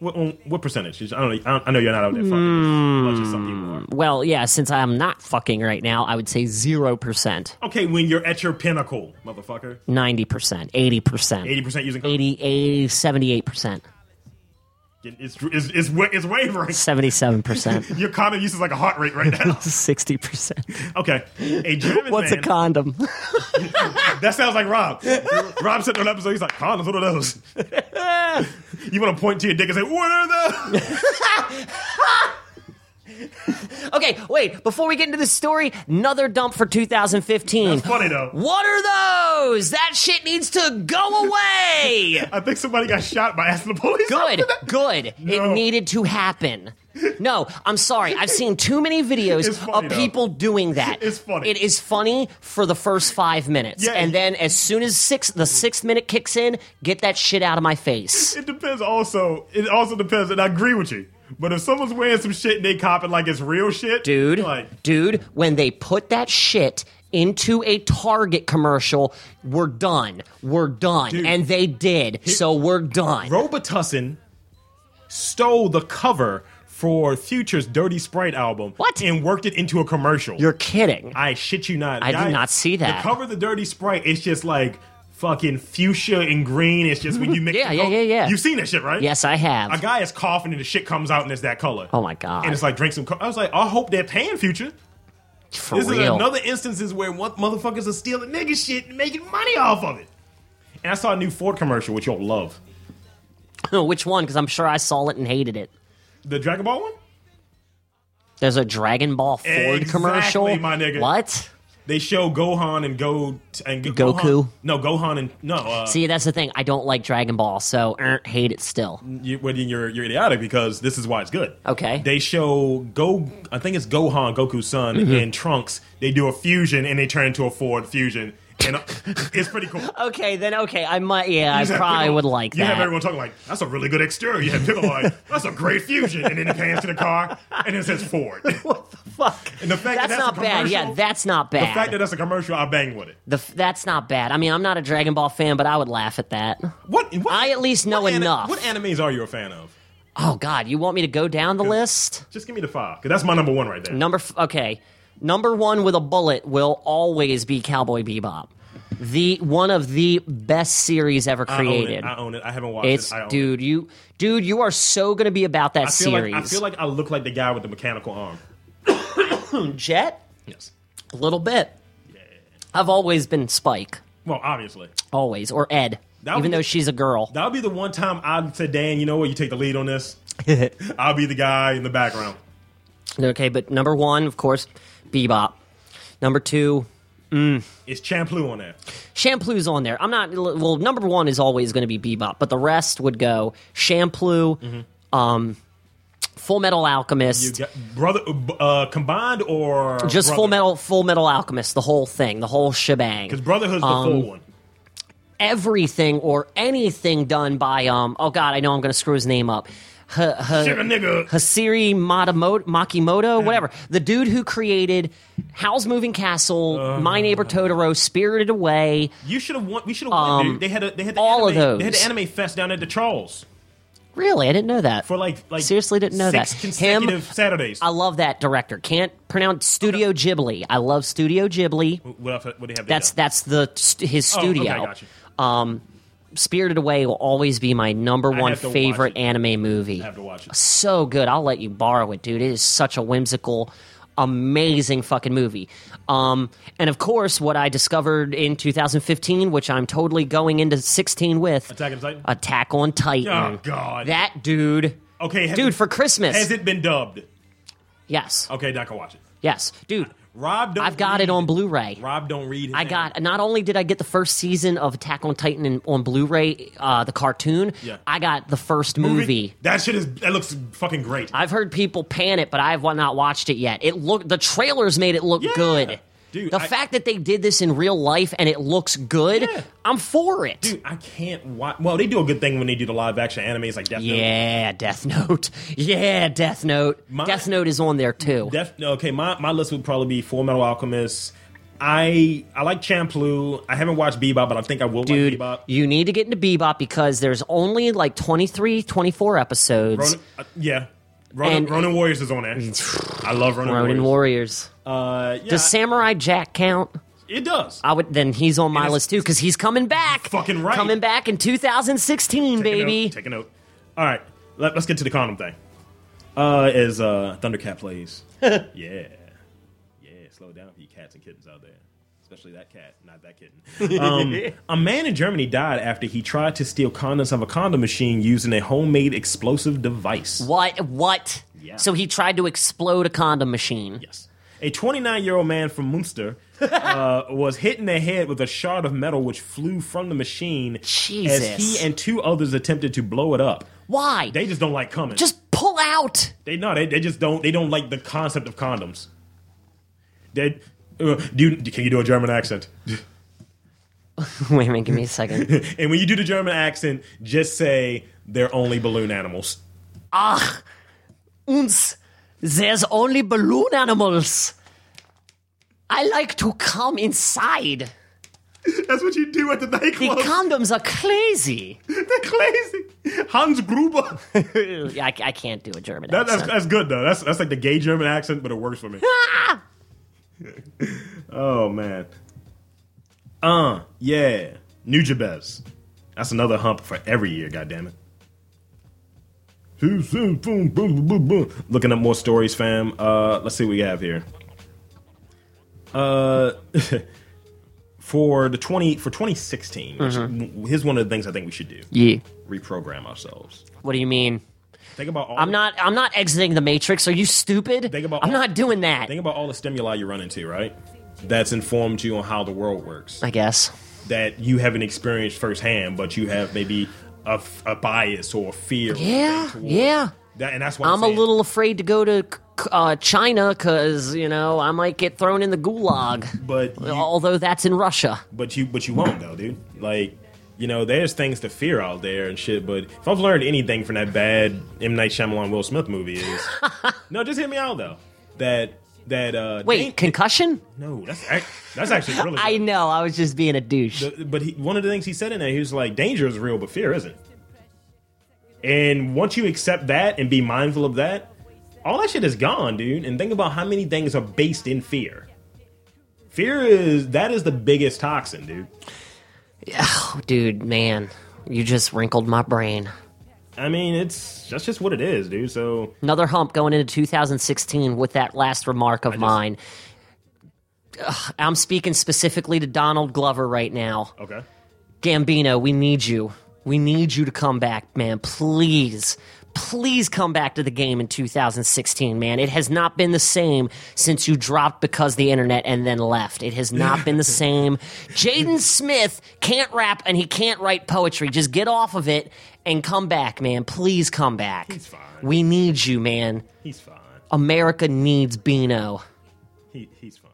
What, on- what percentage? I don't. know- I, don't, I know you're not out there fucking as much as some people are.
Well, yeah, since I'm not fucking right now, I would say 0%,
Okay, when you're at your pinnacle, motherfucker,
90%, 80%,
eighty percent using condoms.
80, 80 78%,
It's, it's, it's, wa- it's wavering.
77%,
Your condom use is like a heart rate right now.
60%.
Okay, a German
What's
man.
a condom?
That sounds like Rob. Rob said on an episode, he's like, condoms, what are those? you want to point to your dick and say, what are those?
okay, wait, before we get into this story, another dump for 2015.
Funny though.
What are those? That shit needs to go away.
I think somebody got shot by asking the police.
Good,
after that.
good.
No.
It needed to happen. No, I'm sorry. I've seen too many videos
It's funny,
of
though.
people doing that.
It's funny.
It is funny for the first five minutes,
Yeah,
and
you-
then as soon as six, the sixth minute kicks in, get that shit out of my face.
It depends also. It also depends, and I agree with you. But if someone's wearing some shit and they cop it like it's real shit,
Dude,
like
dude, when they put that shit into a Target commercial, we're done. We're done. and they did. so we're done.
Robitussin stole the cover for Future's Dirty Sprite album.
What?
And worked it into a commercial.
You're kidding.
I shit you not.
I did not see that.
The cover of the Dirty Sprite, it's just like fucking fuchsia and green. It's just when you mix.
Mm-hmm. Yeah,
the
yeah,
color-
yeah, yeah.
You've seen that shit, right?
yes, I have.
A guy is coughing and the shit comes out and it's that color.
oh my god.
And it's like drink some. Co- I was like, I hope they're paying Future.
For
This
real.
is another instances where what motherfuckers are stealing nigga shit and making money off of it. And I saw a new Ford commercial, which you'll love.
Which one? Because I'm sure I saw it and hated it.
The Dragon Ball one?
There's a Dragon Ball Ford
Exactly,
commercial.
my nigga.
What?
They show Gohan and Go and Go-
Goku?
Gohan- no, Gohan and no. Uh,
See, that's the thing. I don't like Dragon Ball, so er, hate it still.
you, well, then you're you're idiotic because this is why it's good.
Okay.
They show Go. I think it's Gohan, Goku's son,
Mm-hmm.
and Trunks. They do a fusion and they turn into a Ford fusion, and uh, it's pretty cool.
Okay, then okay, I might. Yeah, I
You have
probably
Piccolo-
would like
you have
that.
everyone talking like, "That's a really good exterior." You have Piccolo like, "That's a great fusion," and then it pans to the car, and it says Ford. the
Fuck.
And the fact that
that's,
that's
not
a
bad. Yeah,
commercial-
that's not bad.
fact that that's a commercial, I bang with it.
The f- that's not bad. I mean, I'm not a Dragon Ball fan, but I would laugh at that.
What? what
I at least know
what ani-
enough.
what animes are you a fan of?
Oh God, you want me to go down the list?
Just give me the five, because that's my number one right there.
Number f- okay, number one with a bullet will always be Cowboy Bebop. The one of the best series ever
I own it.
created.
I own it. I haven't watched
It's
it. I own it.
dude, you dude, you are so gonna be about that
I feel
series.
like I feel like I look like the guy with the mechanical arm.
Jet,
Yes.
a little bit. I've always been Spike,
Well, obviously,
always, or Ed,
That
even
would-
though she's a girl.
that would be the one time I'd say, "Dan, you know what? You take the lead on this. I'll be the guy in the background."
okay, but number one, of course, Bebop. Number two,
It's Champloo on there.
Shampoo's on there. I'm not. Well, number one is always going to be Bebop, but the rest would go Shampoo, um, Full Metal
Mm-hmm. You
Alchemist,
got brother uh, combined or
just
brother?
Full Metal, Full Metal Alchemist, the whole thing, the whole shebang.
Because Brotherhood's the full
Um,
one.
everything or anything done by um oh god I know I'm gonna screw his name up H-
Shit, a
uh,
nigga.
Hasiri Matamo- Makimoto whatever the dude who created Howl's Moving Castle
Uh-huh.
My Neighbor Totoro Spirited Away
You should have won. We should have won. dude. They had a, they had the
um, all of
anime, They had the
those.
anime fest down at the Charles
really I didn't know that
for like like
seriously didn't know
six
that
consecutive
him
Saturdays.
I love that director can't pronounce Studio Ghibli I love Studio Ghibli
what, else- what do you have?
that's
there?
that's the st- his
Oh, okay,
studio
gotcha.
um Spirited Away will always be my number one
have to watch
favorite
it.
anime movie
I have to watch it.
so good. I'll let you borrow it, dude. It is such a whimsical, amazing fucking movie. Um, and of course, what I discovered in 2015, which I'm totally going into 16 with
Attack on Titan.
Attack on Titan.
Oh, God.
That dude.
okay, has
Dude,
it,
for Christmas.
has it been dubbed?
yes.
Okay, I can watch it.
Yes, dude.
Rob, don't
I've got
read-
it on Blu-ray.
Rob, don't read. his
I
name.
got. Not only did I get the first season of Attack on Titan in, on Blu-ray, uh, the cartoon.
Yeah.
I got the first movie.
That shit is. That looks fucking great.
I've heard people pan it, but I've not watched it yet. It looked the trailers made it look
Yeah.
good.
Dude,
the
I-
fact that they did this in real life and it looks good,
Yeah.
I'm for it.
Dude, I can't watch. Well, they do a good thing when they do the live action animes like Death Note.
Yeah, Death Note. Yeah, Death Note.
My-
Death Note is on there too.
Death. Okay, my, my list would probably be Full Metal Alchemist. I I like Champloo. I haven't watched Bebop, but I think I will
Dude,
like Bebop.
you need to get into Bebop because there's only like 23, 24 episodes.
Ronin, uh, yeah, Ronin,
And-
Ronin Warriors is on there. I love Ronin,
Ronin
Warriors.
Warriors.
Uh, yeah,
Does Samurai Jack count?
it does.
I would then he's on my
it's-
list too because he's coming back.
Fucking right.
Coming back in 2016,
Take a note,
baby.
take a note. All right, let, us get to the condom thing. Uh, is uh, Thundercat plays? yeah, yeah. Slow down for you cats and kittens out there, especially that cat, not that kitten. Um, a man in Germany died after he tried to steal contents of a condom machine using a homemade explosive device.
What? What?
Yeah.
So he tried to explode a condom machine.
Yes. A 29 year old man from Munster uh, was hit in the head with a shard of metal which flew from the machine
Jesus.
as he and two others attempted to blow it up.
Why?
They just don't like coming.
Just pull out.
They no, they, they just don't. They don't like the concept of condoms. They uh, do. You, can you do a German accent?
Wait a minute. Give me a second.
and when you do the German accent, just say they're only balloon animals.
Ah, Uns, there's only balloon animals. I like to come inside.
That's what you do at the
The
nightclub.
condoms are crazy.
They're crazy. Hans Gruber.
I, I can't do a German
That, that's,
accent.
that's good though. That's that's like the gay German accent, but it works for me.
Ah!
oh man. Uh yeah, New Jabez. That's another hump for every year. Goddamn it. Looking up more stories, fam. Uh, let's see what we have here. Uh, for the twenty for twenty sixteen,
Mm-hmm.
here's one of the things I think we should do:
yeah.
reprogram ourselves.
What do you mean?
Think about all.
I'm not. I'm not exiting the Matrix. Are you stupid?
Think about
I'm
all-
not doing that.
Think about all the stimuli you run into, right? That's informed you on how the world works.
I guess.
That you haven't experienced firsthand, but you have maybe a, a bias or a fear.
Yeah.
towards-
Yeah.
That, and that's why
I'm a
saying-
little afraid to go to uh, China because you know I might get thrown in the gulag.
But you,
Although that's in Russia.
but you but you won't though, dude. Like you know, there's things to fear out there and shit. But if I've learned anything from that bad M Night Shyamalan Will Smith movie is, no, just hit me out though. That that uh
Wait,
Dan-
concussion?
no, that's ac- that's actually really.
I
good.
know. I was just being a douche.
The- but he, one of the things he said in there, he was like, "Danger is real, but fear isn't." And once you accept that and be mindful of that, all that shit is gone, dude. And think about how many things are based in fear. Fear is that is the biggest toxin, dude.
Oh, dude, man, you just wrinkled my brain.
I mean, it's that's just what it is, dude. So
Another hump going into 2016 with that last remark of mine. Ugh, I'm speaking specifically to Donald Glover right now.
okay,
Gambino, we need you. We need you to come back, man. Please. Please come back to the game in 2016, man. It has not been the same since you dropped because the internet and then left. It has not been the same. Jaden Smith can't rap and he can't write poetry. Just get off of it and come back, man. Please come back.
He's fine.
We need you, man.
he's fine.
America needs Beano.
He, he's fine.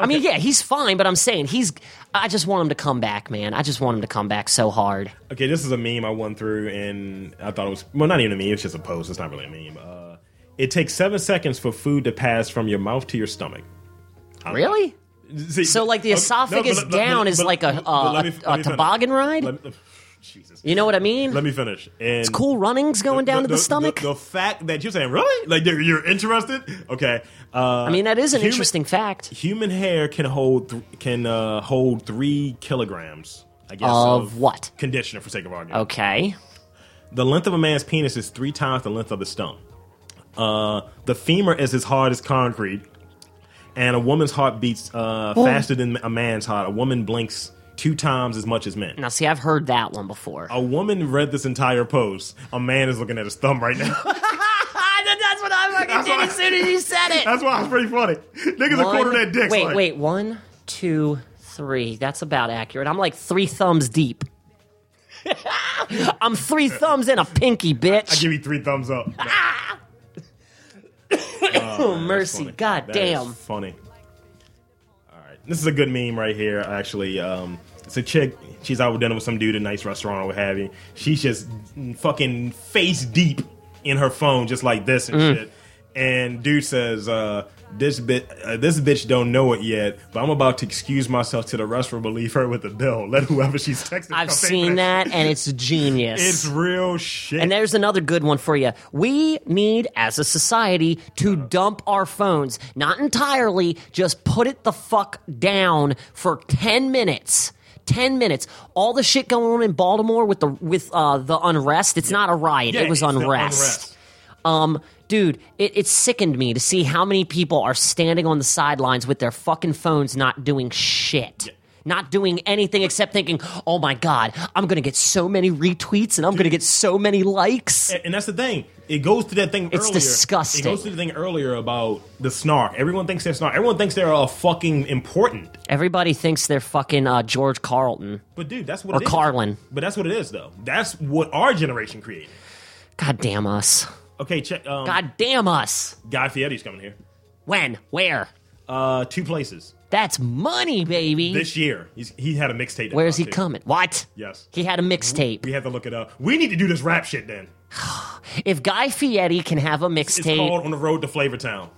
I mean, yeah, he's fine, but I'm saying he's. I just want him to come back, man. I just want him to come back so hard.
Okay, this is a meme I won through, and I thought it was well, not even a meme. It's just a post. It's not really a meme. Uh, it takes seven seconds for food to pass from your mouth to your stomach. I don't know.
Really?
See,
So, like, the
okay,
esophagus
Oh, but- but-
down
but-
is
but-
like a- uh,
but
a-
let me-
a-
let
a
me finish.
toboggan ride?
Let me- oh, Jesus.
You know what I mean?
Let me finish. And it's
Cool runnings going down to the, stomach.
The, fact that you're saying really, like you're, you're interested. Okay. Uh,
I mean, that is an
human-
interesting fact
Human hair can hold th- can uh, hold three kilograms. I guess
of what?
conditioner for sake of argument.
Okay.
The length of a man's penis is three times the length of his thumb. Uh, the femur is as hard as concrete, and a woman's heart beats uh,
Oh.
faster than a man's heart. A woman blinks two times as much as men.
Now, see, I've heard that one before.
A woman read this entire post. A man is looking at his thumb right now.
That's what I'm fucking did as soon as you said it.
That's why it's pretty funny. Niggas a
One-
quarter that dick.
Wait, wait. One, two, three. That's about accurate. I'm like three thumbs deep. I'm three thumbs and a pinky,
I
bitch.
give you three thumbs up.
Oh, mercy.
funny.
God
That is
damn.
funny. All right, this is a good meme right here. Actually, um, it's a chick. She's out with dinner with some dude at a nice restaurant or what have you. She's just fucking face deep in her phone, just like this
Mm.
and shit. And dude says, uh, "This bit, uh, this bitch don't know it yet, but I'm about to excuse myself to the restaurant, but leave her with the bill. Let whoever she's texting."
I've
come pay for
seen that, and it's genius.
It's real shit.
And there's another good one for you. We need, as a society, to dump our phones. Not entirely, just put it the fuck down for 10 minutes. 10 minutes. All the shit going on in Baltimore with the with uh, the unrest, it's not a riot,
Yeah,
it was
it's the
unrest. Um, dude, it, it sickened me to see how many people are standing on the sidelines with their fucking phones not doing shit. Not doing anything except thinking, oh my God, I'm going to get so many retweets and I'm going to get so many likes.
And, and that's the thing. It goes to that thing
It's
earlier.
disgusting.
It goes to the thing earlier about the snark. Everyone thinks they're snark. Everyone thinks they're uh, fucking important.
Everybody thinks they're fucking uh, George Carlton.
But dude, that's what
Or
it is.
Carlin.
But that's what it is, though. That's what our generation created.
God damn us.
Okay, check. Um,
God damn us.
Guy Fieri's coming here.
When? Where?
Uh, two places
That's money, baby.
this year. He's, he had a mixtape. that
Where's he
dropped, too.
coming? What?
Yes.
He had a mixtape.
We have to look it up. We need to do this rap shit then.
If Guy Fieri can have a
It's
mixtape
called On the Road to Flavortown.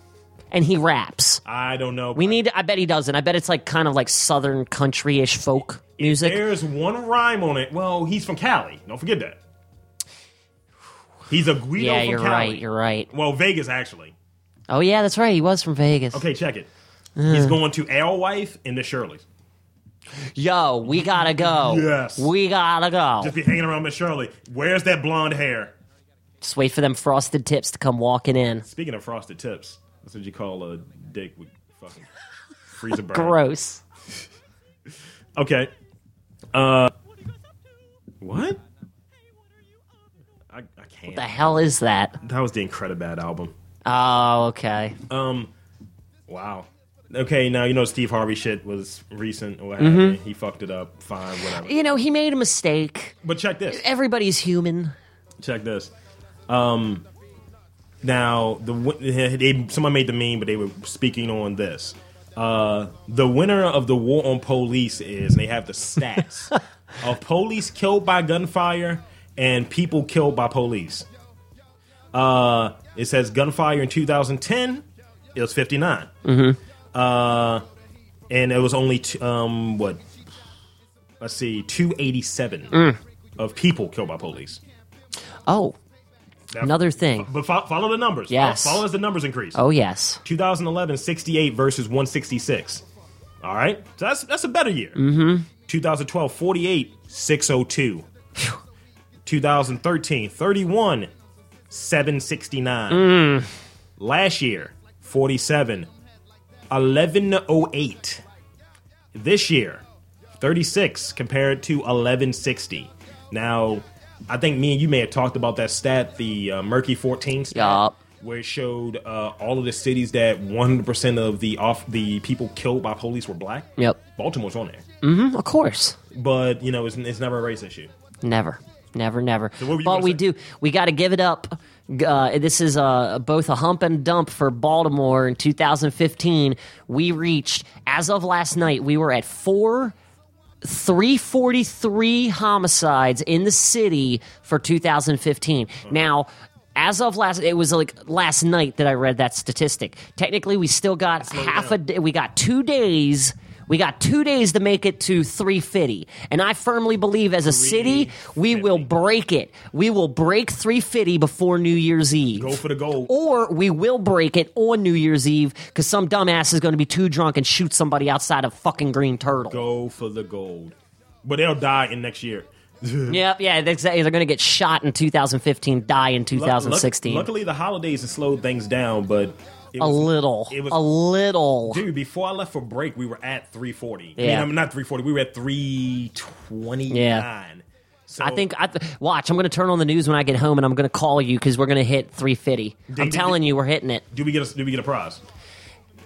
and he raps.
I don't know.
We need. I bet he doesn't. I bet it's like kind of like southern country-ish folk music.
There's one rhyme on it. Well, he's from Cali. Don't forget that. He's a Guido
Yeah,
from
you're
Cali.
right. You're right.
Well, Vegas actually.
Oh yeah, that's right. He was from Vegas.
Okay, check it. He's going to Alewife and the Shirley's.
Yo, we gotta go.
Yes.
we gotta go. Just,
Just be hanging around Miss Shirley. Where's that blonde hair?
wait for them frosted tips to come walking in.
Speaking of frosted tips, that's what you call a dick with fucking freezer burn.
Gross.
Okay. Uh, what? I, I can't.
The hell is that?
that was the Incredibad album.
Oh, okay.
Wow. Okay, now you know Steve Harvey shit was recent or what have you. He fucked it up. Fine, whatever.
you know, he made a mistake.
But check this.
Everybody's human.
Check this. Um, now the win- they, someone made the meme, but they were speaking on this. Uh, the winner of the war on police is, and they have the stats of police killed by gunfire and people killed by police. Uh, it says gunfire in 2010, it was 59. Mm-hmm. Uh, and it was only t- um what? Let's see, 287 of people killed by police.
Oh,
Now-
another thing.
But fo- follow the numbers.
Yes.
Follow as the numbers increase.
Oh yes.
2011, 68 versus 166. All right. So that's that's a better year. Mm-hmm. 2012, 48, 602. 2013, 31, 769. Last year, 47, 1108. This year, 36 compared to 1160. Now, I think me and you may have talked about that stat, the uh, murky 14 stat
Yup.
where it showed uh, all of the cities that 100% of the off the people killed by police were black.
Yep.
Baltimore's on there,
Mm, Of course.
but you know it's, it's never a race issue.
Never, never, never.
what were you
but
gonna
we
say?
do. We got to give it up. Uh, this is uh, both a hump and dump for Baltimore in 2015. We reached, as of last night, we were at four. 343 homicides in the city for 2015. Now, as of last, it was like last night that I read that statistic. Technically, we still got half a day. We got two days. We got two days to make it to 350. And I firmly believe as a city, we will break it. We will break 350 before New Year's Eve
Go for the gold.
or we will break it on New Year's Eve because some dumbass is going to be too drunk and shoot somebody outside a fucking green turtle.
Go for the gold. But they'll die in next year.
Yep, yeah, that's- they're going to get shot in 2015, die in
Lu-
2016.
luck- luckily, the holidays have slowed things down, but it
a
was-
little,
It was
a little.
Dude, before I left for break, we were at 340. I mean,
Yeah.
I'm not 340. We were at 329. So-
I think I th- watch. I'm going to turn on the news when I get home, and I'm going to call you because we're going to hit 350.
Ding,
I'm
ding,
telling
ding.
you, we're hitting it.
Do we get a do we get a prize?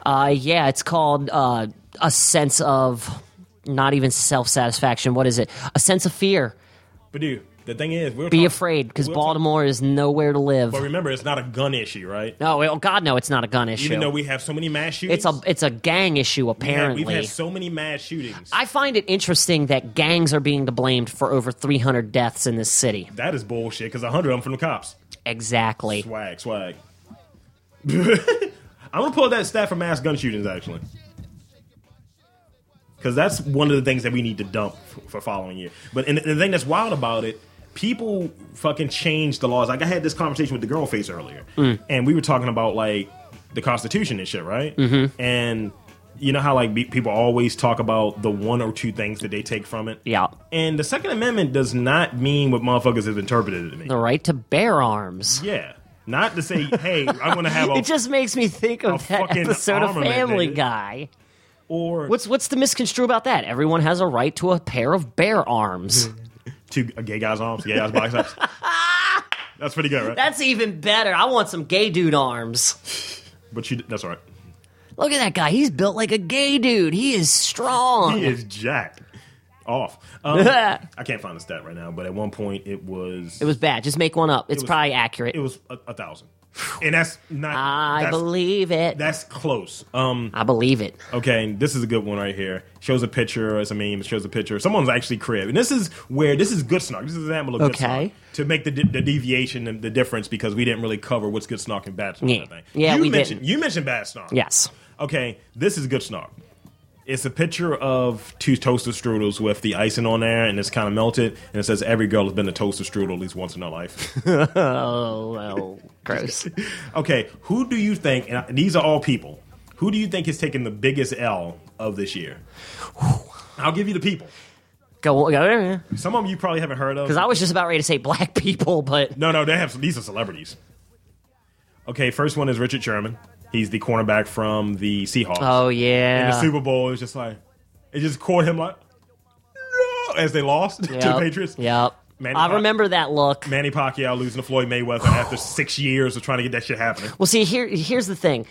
Uh, yeah, it's called uh, a sense of not even self satisfaction. What is it? A sense of fear.
But dude, the thing is, we're
Be
talk-
afraid because
Oh. we'll
Baltimore is nowhere to live.
Talk- but remember, it's not a gun issue, right?
No, well, God, no, it's not a gun issue.
Even though we have so many mass
it's
shootings,
a it's a gang issue
we've had-
apparently.
we've had so many mass shootings.
I find it interesting that gangs are being to blamed for over 300 deaths in this city.
that is bullshit because hundred of them from the cops.
Exactly.
Swag, swag. I'm gonna pull that stat for mass gun shootings actually, because that's one of the things that we need to dump f- for following year. But and the, the thing that's wild about it, people fucking change the laws. Like I had this conversation with the girl face earlier, and we were talking about like the Constitution and shit, right? Mm-hmm. And you know how like be- people always talk about the one or two things that they take from it.
Yeah.
And the Second Amendment does not mean what motherfuckers have interpreted it to mean.
The right to bear arms.
Yeah. Not to say, hey, I'm gonna have a
It just makes me think
A
of that
fucking
episode of
armament,
Family
nigga.
Guy.
or
What's what's the misconstrue about that? Everyone has a right to a pair of bear
Hmm.
arms.
two a gay guy's arms, gay guy's box ups. That's pretty good, right?
That's even better. I want some gay dude arms.
but you that's all right.
Look at that guy. He's built like a gay dude. He is strong.
He is jacked. Off. Um, I can't find the stat right now, but at one point it was
It was bad. Just make one up. It's
was-
probably accurate.
it was a, a thousand. And that's not
I
that's,
believe it.
that's close. Um
I believe it.
Okay, and this is a good one right here. Shows a picture. It's a meme. It shows a picture. Someone's actually crib, and this is where this is good snark. This is an example of good
Okay.
snark to make the, di- the deviation and the difference because we didn't really cover what's good snark and bad snark. I
Yeah.
think.
Yeah,
you
we
mentioned
didn't.
you mentioned bad snark.
Yes.
Okay, this is good snark. It's a picture of two toaster strudels with the icing on there, and it's kind of melted. And it says every girl has been a toaster strudel at least once in her life.
Oh, well, gross.
okay, who do you think? And I- these are all people. Who do you think has taken the biggest L of this year? I'll give you the people.
Go go because
Some of them you probably haven't heard of.
I was just about ready to say black people, but
no, no, they have these are celebrities. Okay, first one is Richard Sherman. He's the cornerback from the Seahawks.
oh
In the
yeah,
Super Bowl, it was just like it just caught him like no as they lost to the
Yep.
Patriots.
Yep.
Manny
I
Pac-
remember that look.
Manny Pacquiao losing to Floyd Mayweather after six years of trying to get that shit happening.
Well, see, here here's the thing.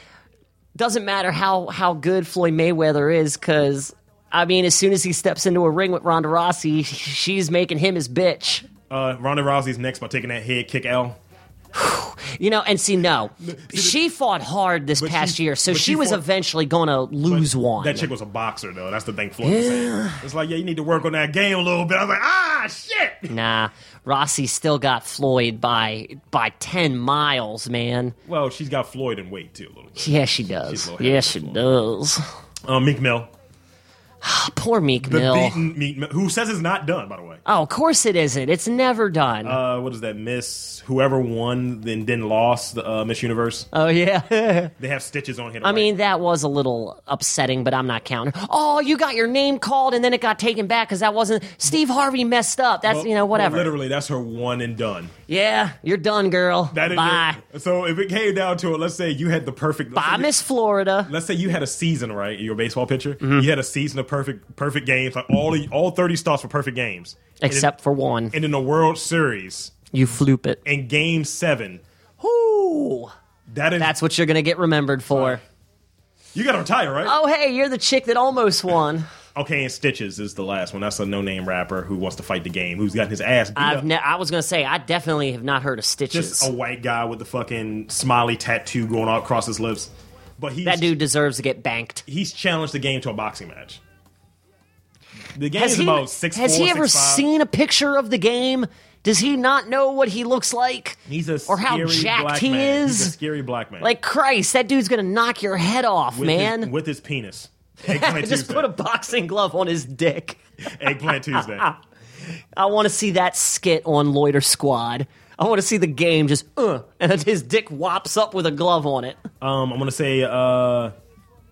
Doesn't matter how how good Floyd Mayweather is, because I mean, as soon as he steps into a ring with Ronda Rousey, she's making him his bitch.
Uh, Ronda Rousey's next by taking that head kick L.
You know, and see, no, she fought hard this
But
past
she-
year, so
but
she,
she
was
fought-
eventually going to lose one.
That chick was a boxer though. That's the thing Floyd was saying. It's like yeah, you need to work on that game a little bit. I was like ah shit.
nah, Rossi still got Floyd by by ten miles, man.
Well, she's got Floyd in weight too a little bit.
Yeah, she
She's a
does.
little heavy
Yeah, she does.
Uh, Meek Mill.
Poor Meek
The
Mill.
beaten Meek Mill, who says it's not done, by the way.
Oh, of course it isn't. It's never done.
Uh, what is that? Miss whoever won then then lost the uh, Miss Universe.
oh yeah.
They have stitches on him.
I mean, that was a little upsetting, but I'm not counting. Oh, you got your name called and then it got taken back because that wasn't Steve Harvey messed up. That's you know whatever.
literally, that's her one and done.
yeah, you're done, girl.
That is
Bye.
it. So if it came down to it, let's say you had the perfect. Let's
Bye,
say you-
Miss Florida.
Let's say you had a season, right? Your baseball pitcher,
Mm-hmm.
you had a season of perfect, perfect games. Like all the, all thirty starts were perfect games, And in-
Except for one.
and in the World Series
You floop it.
in Game Seven,
Ooh.
that is
That's what you're going to get remembered for.
you got to retire, right?
Oh, hey, you're the chick that almost won.
Okay, and Stitches is the last one. That's a no-name rapper who wants to fight the game, who's gotten his ass beat up.
I've ne- I was going to say, I definitely have not heard of Stitches.
just a white guy with the fucking smiley tattoo going all across his lips. But he's
that dude deserves to get banked.
he's challenged the game to a boxing match. The game
Has
is
he,
about six.
has
four,
he ever
6'5".
seen a picture of the game? Does he not know what he looks like?
He's a
or how
scary
jacked
black
he
man.
is?
He's a scary black man.
Like Christ, that dude's gonna knock your head off,
with
man.
his, with his penis. Eggplant
Just
Tuesday.
put a boxing glove on his dick.
Eggplant Tuesday.
I want to see that skit on Loiter Squad. I want to see the game just uh, and his dick wops up with a glove on it.
Um, I'm gonna say uh,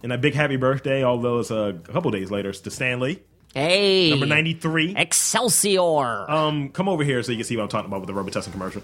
and a big happy birthday. Although it's a couple days later, it's to Stanley,
Hey,
number ninety three.
Excelsior!
Um, come over here so you can see what I'm talking about with the rubber testing commercial.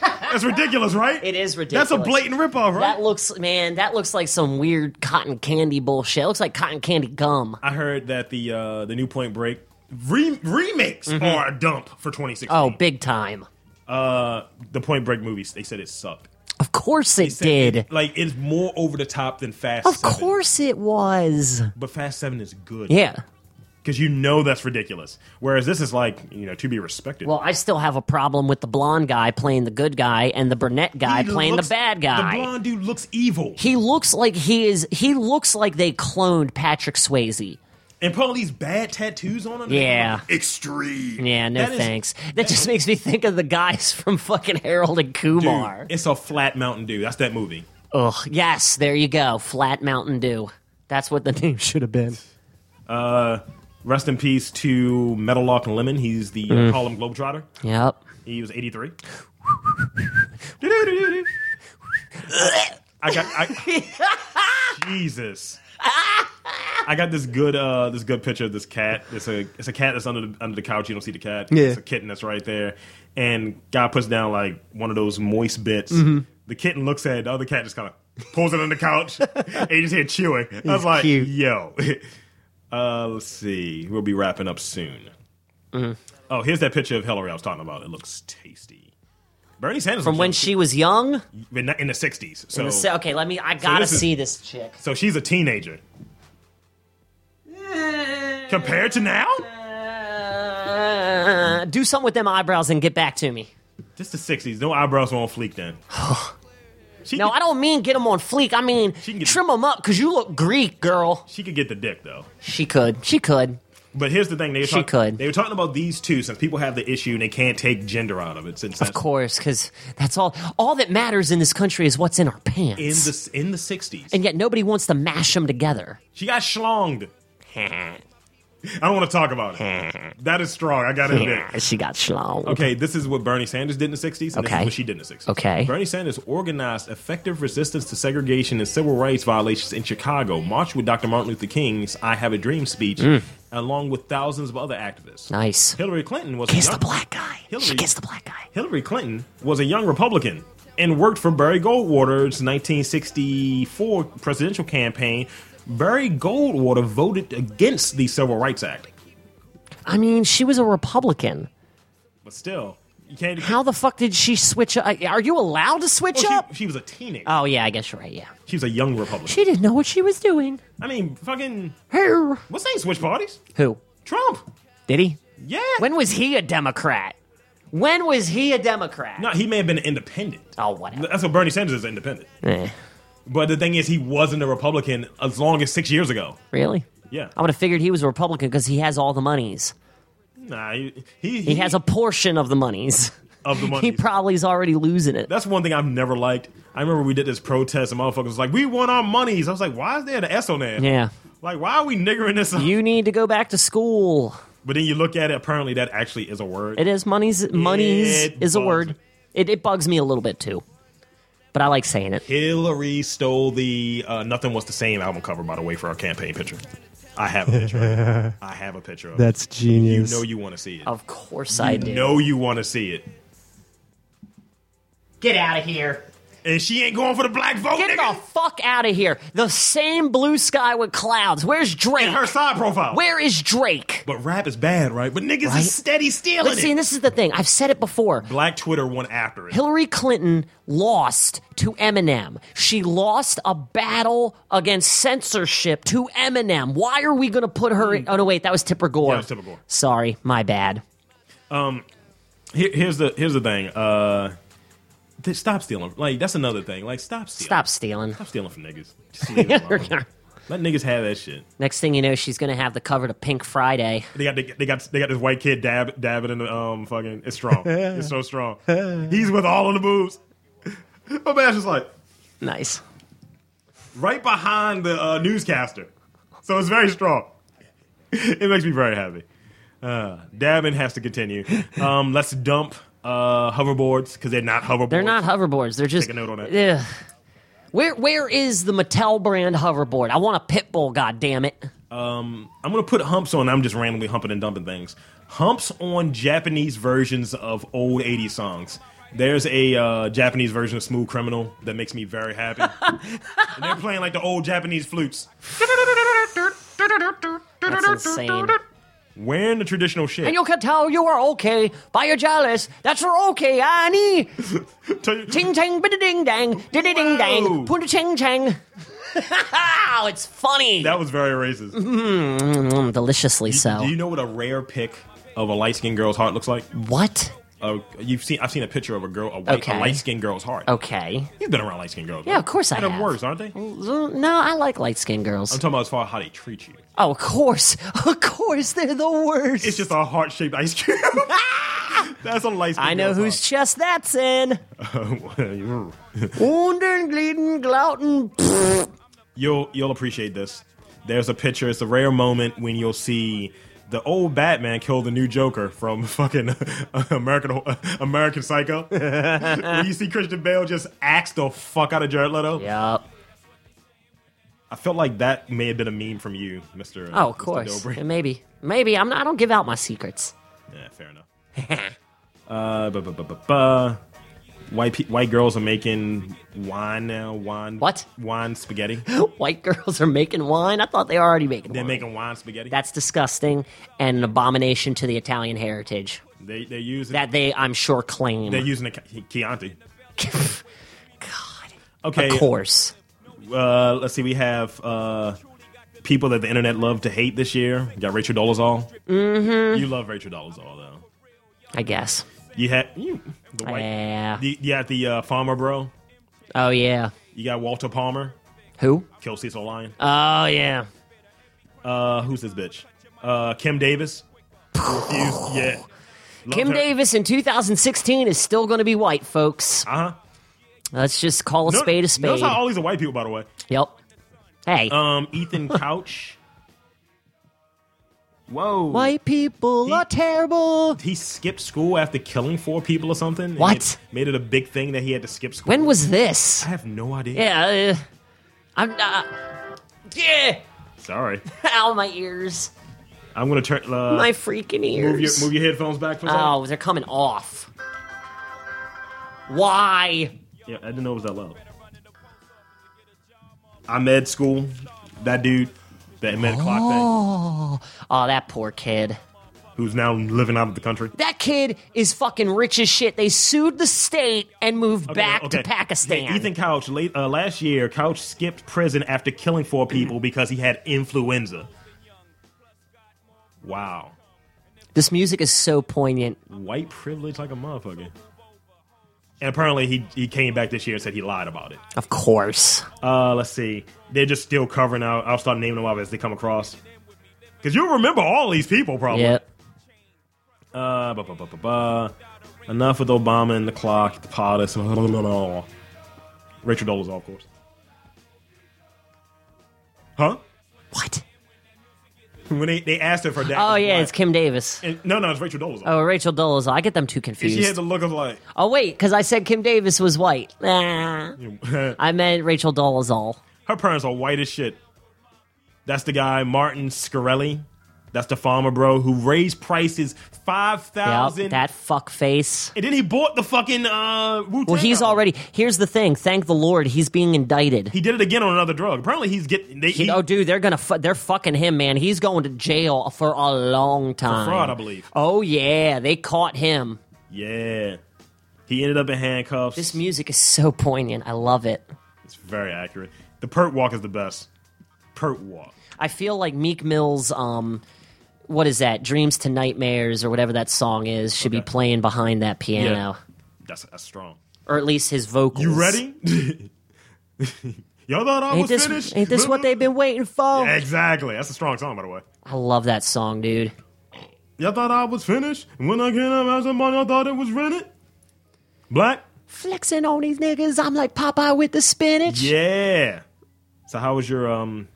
That's ridiculous, right?
It is
That's a
ridiculous.
blatant ripoff, right?
That looks, man, that looks like some weird cotton candy bullshit. It looks like cotton candy gum.
I heard that the uh, the new Point Break re- remakes are a dump for 2016.
Mm-hmm. Oh, big time.
uh, the Point Break movies. They said it sucked.
Of course it
They said
did.
it- like it's more over the top than Fast.
Of
Seven.
course it was.
but Fast Seven is good.
Yeah.
because you know that's ridiculous. Whereas this is like you know to be respected.
Well, I still have a problem with the blonde guy playing the good guy and the brunette guy
He
playing
looks-
the bad guy.
The blonde dude looks evil,
he looks like he is. He looks like they cloned Patrick Swayze.
and put all these bad tattoos on him.
Yeah.
extreme.
Yeah, no
That is-
thanks. that just makes me think of the guys from fucking Harold and
Dude,
Kumar.
it's a flat Mountain Dew. That's that movie.
Ugh. Yes, there you go. Flat Mountain Dew. That's what the name should have been.
Rest in peace to Metalock and Lemon. He's the
Mm.
uh, Harlem Globetrotter.
Yep.
He was 83. I got I, Jesus. I got this good uh this good picture of this cat. It's a it's a cat that's under the under the couch. You don't see the cat.
Yeah.
It's a kitten that's right there. And guy puts down like one of those moist bits.
Mm-hmm.
The kitten looks at it, the other cat just kind of pulls it on the couch and you just hear chewing. I was like,
cute.
yo. Uh let's see. We'll be wrapping up soon. Oh, here's that picture of Hillary I was talking about. It looks tasty. Bernie Sanders
From when she was young.
in the, in the 60s. So
So, okay, let me. I gotta
this is-
see this chick.
so she's a teenager. Compared to now?
Uh, do something with them eyebrows and get back to me.
Just the 60s. No eyebrows won't fleek then. she,
No,
could,
I don't mean get them on fleek. I mean
She can get-
trim them up because you look Greek, girl.
she could get the dick though.
She could. She could.
But here's the thing: they were
She
talk-
could.
They were talking about these two since people have the issue and they can't take gender out of it. Since
Of course, because that's all. All that matters in this country is what's in our pants.
in the in the 60s,
and yet nobody wants to mash them together.
she got schlonged. I don't want to talk about it. that is strong. I got to admit.
Yeah, she got schlong.
Okay, this is what Bernie Sanders did in the 60s, and this
Okay.
is what she did in the 60s.
Okay.
Bernie Sanders organized effective resistance to segregation and civil rights violations in Chicago, marched with Dr. Martin Luther King's I Have a Dream speech,
Mm.
along with thousands of other activists.
Nice.
Hillary Clinton was a
Kiss
young-
the black guy. She
Hillary-
kissed the black guy.
Hillary Clinton was a young Republican and worked for Barry Goldwater's 1964 presidential campaign. Barry Goldwater voted against the Civil Rights Act.
I mean, she was a Republican.
But still, you can't
How the fuck did she switch up? Are you allowed to switch
Well,
up?
she, she was a teenager.
Oh yeah, I guess you're right. Yeah,
she was a young Republican.
she didn't know what she was doing.
I mean, fucking.
Her.
What's saying switch parties?
Who?
Trump.
Did he?
Yeah.
When was he a Democrat? When was he a Democrat?
no, he may have been independent.
Oh, whatever.
That's what Bernie Sanders is independent.
Eh,
But the thing is, he wasn't a Republican as long as six years ago.
really?
Yeah.
I would have figured he was a Republican because he has all the monies.
Nah, he, he,
He has a portion of the monies.
of the
He
money.
probably is already losing it.
That's one thing I've never liked. I remember we did this protest and motherfuckers was like, we want our monies. I was like, why is there an S on there?
Yeah.
Like, why are we niggering this up?
You need to go back to school.
but then you look at it, apparently that actually is a word.
It is monies. Monies
It
is a
bugs
word.
me.
It, it bugs me a little bit too, but I like saying it.
Hillary stole the uh, Nothing Was the Same album cover, by the way, for our campaign picture. I have a picture of it. I have a picture of it.
That's
You
genius.
know you want to see it.
Of course I do.
know you want to see it.
Get out of here.
And she ain't going for the black vote,
Get
nigga.
the fuck out of here. The same blue sky with clouds. Where's Drake?
And her side profile.
Where is Drake?
But rap is bad, right? But niggas
Right?
is steady stealing
But see,
it.
and this is the thing. I've said it before.
black Twitter went after it.
Hillary Clinton lost to Eminem. She lost a battle against censorship to Eminem. Why are we going to put her in? Oh, no, wait. That was Tipper Gore.
That Hmm. was Tipper Gore.
Sorry. My bad.
Here- here's the here's the thing. Uh, th- stop stealing. Like that's another thing. Like stop stealing.
Stop stealing.
Stop stealing from niggas. Just leave it alone. Let niggas have that shit.
Next thing you know, she's going to have the cover to Pink Friday.
They got they got they got this white kid dab dabbing in the um fucking. It's strong. it's so strong. He's with all of the boobs. My man's just like
Nice.
right behind the uh, newscaster. So it's very strong. It makes me very happy. Uh, dabbing has to continue. Um, let's dump uh, hoverboards because they're not hoverboards.
They're not hoverboards. They're just.
Take a note on
Ugh. Where where is the Mattel brand hoverboard? I want a pit bull. God damn it!
I'm gonna put humps on. I'm just randomly humping and dumping things. Humps on Japanese versions of old 80s songs. There's a uh, Japanese version of Smooth Criminal that makes me very happy. and they're playing like the old Japanese flutes,
That's insane.
wearing the traditional shit.
And you can tell you are okay by your jealous. That's for okay, Annie.
Tell you-
Ting tang, biddy ding dang, diddy ding
Whoa.
dang, punta ching chang. it's funny.
that was very racist.
Mm, deliciously Mm-hmm. so.
Do you know what a rare pic of a light skinned girl's heart looks like?
what?
Uh, you've seen I've seen a picture of a girl, a, white,
Okay.
a light skinned girl's heart.
Okay.
You've been around light skinned girls.
Yeah,
right?
of course I
They're the
have. Mm.
worst, aren't they? I'm
No, I like light skinned girls.
talking about as far as how they treat you.
Oh, of course. Of course, they're the worst.
It's just a heart shaped ice cube. That's a light skinned
I know whose chest that's in. Wunden, gliden, glauten.
you'll you'll appreciate this. There's a picture. It's a rare moment when you'll see the old Batman kill the new Joker from fucking American American Psycho. When you see Christian Bale just axe the fuck out of Jared Leto.
Yup.
I felt like that may have been a meme from you, Mister.
Oh, of course. Yeah, Maybe. Maybe. I'm not, I don't give out my secrets.
Yeah, fair enough. uh, bu- bu- bu- bu- bu. White pe- white girls are making wine now. Wine.
What?
Wine spaghetti.
White girls are making wine. I thought they were already making
They're
wine.
making wine spaghetti.
That's disgusting and an abomination to the Italian heritage
they they're using
that they, I'm sure, claim.
they're using a Chi- Chianti.
God.
Okay.
Of course.
Uh, let's see. We have uh, people that the internet loved to hate this year. We got Rachel Dolezal. Mm-hmm. You love Rachel Dolezal though.
I guess.
You had you the white.
Yeah.
the- you got the uh, farmer bro.
Oh, yeah.
You got Walter Palmer.
Who?
Kill Cecil Lion.
Oh, yeah.
Uh, who's this bitch? Uh, Kim Davis. Refused. Yeah. Loved
Kim
her.
Davis in 2016 is still going to be white, folks.
Uh-huh.
Let's just call a
No-
spade a
Notice
spade.
how all these are white people, by the way.
Yep. Hey,
Um, Ethan Couch. Whoa.
white people are terrible.
He skipped school after killing four people or something. and
What?
it Made it a big thing that he had to skip school.
When was this?
I have no idea.
Yeah, uh, I'm not. yeah,
Sorry.
ow, my ears,
I'm gonna turn. Uh,
my freaking ears.
move your move your headphones back for a second.
oh, they're coming off. Why?
Yeah, I didn't know it was that loud. I'm med school. That dude, that med clock thing,
Oh, that poor kid.
who's now living out of the country.
That kid is fucking rich as shit. They sued the state and moved back
uh,
to
Okay.
Pakistan.
Yeah, Ethan Couch, late, uh, last year, Couch skipped prison after killing four people because he had influenza. Wow.
this music is so poignant.
White privilege like a motherfucker. And apparently he, he came back this year and said he lied about it.
Of course.
Uh, let's see. They're just still covering out. I'll start naming them off as they come across. Because you'll remember all these people, probably.
Yep.
Uh, ba, ba, ba, ba, ba. Enough with Obama and the clock, the POTUS, blah, blah, blah, blah. Rachel Dolezal, of course. Huh?
What?
When they, they asked her for that.
Oh yeah, it's Kim Davis.
And, no, no, it's Rachel Dolezal.
Oh, Rachel Dolezal. I get them too
And she
confused.
had the look of like,
oh wait, because I said Kim Davis was white. Nah.
her
I meant Rachel Dolezal.
parents are white as shit. That's the guy, Martin Scarelli. That's the farmer bro who raised prices five
Yep,
thousand.
that fuck face.
and then he bought the fucking uh, Wu-Tang
Well, he's
album.
already. Here's the thing. Thank the Lord, he's being indicted.
He did it again on another drug. Apparently, he's getting they, he,
oh, dude, they're gonna. Fu- they're fucking him, man. He's going to jail for a long time.
fraud, I believe.
Oh yeah, they caught him.
Yeah. He ended up in handcuffs.
This music is so poignant. I love it.
it's very accurate. The pert walk is the best. Pert walk.
I feel like Meek Mill's um what is that? Dreams to Nightmares or whatever that song is should be
Okay.
playing behind that piano.
That's, that's strong.
Or at least his vocals.
You ready? Y'all thought I
Ain't
was
this,
finished?
ain't this what they've been waiting for?
Exactly. That's a strong song, by the way.
I love that song, dude.
Y'all thought I was finished? When I came out, somebody y'all thought it was rented? Black?
Flexing on these niggas, I'm like Popeye with the spinach.
Yeah. So how was your um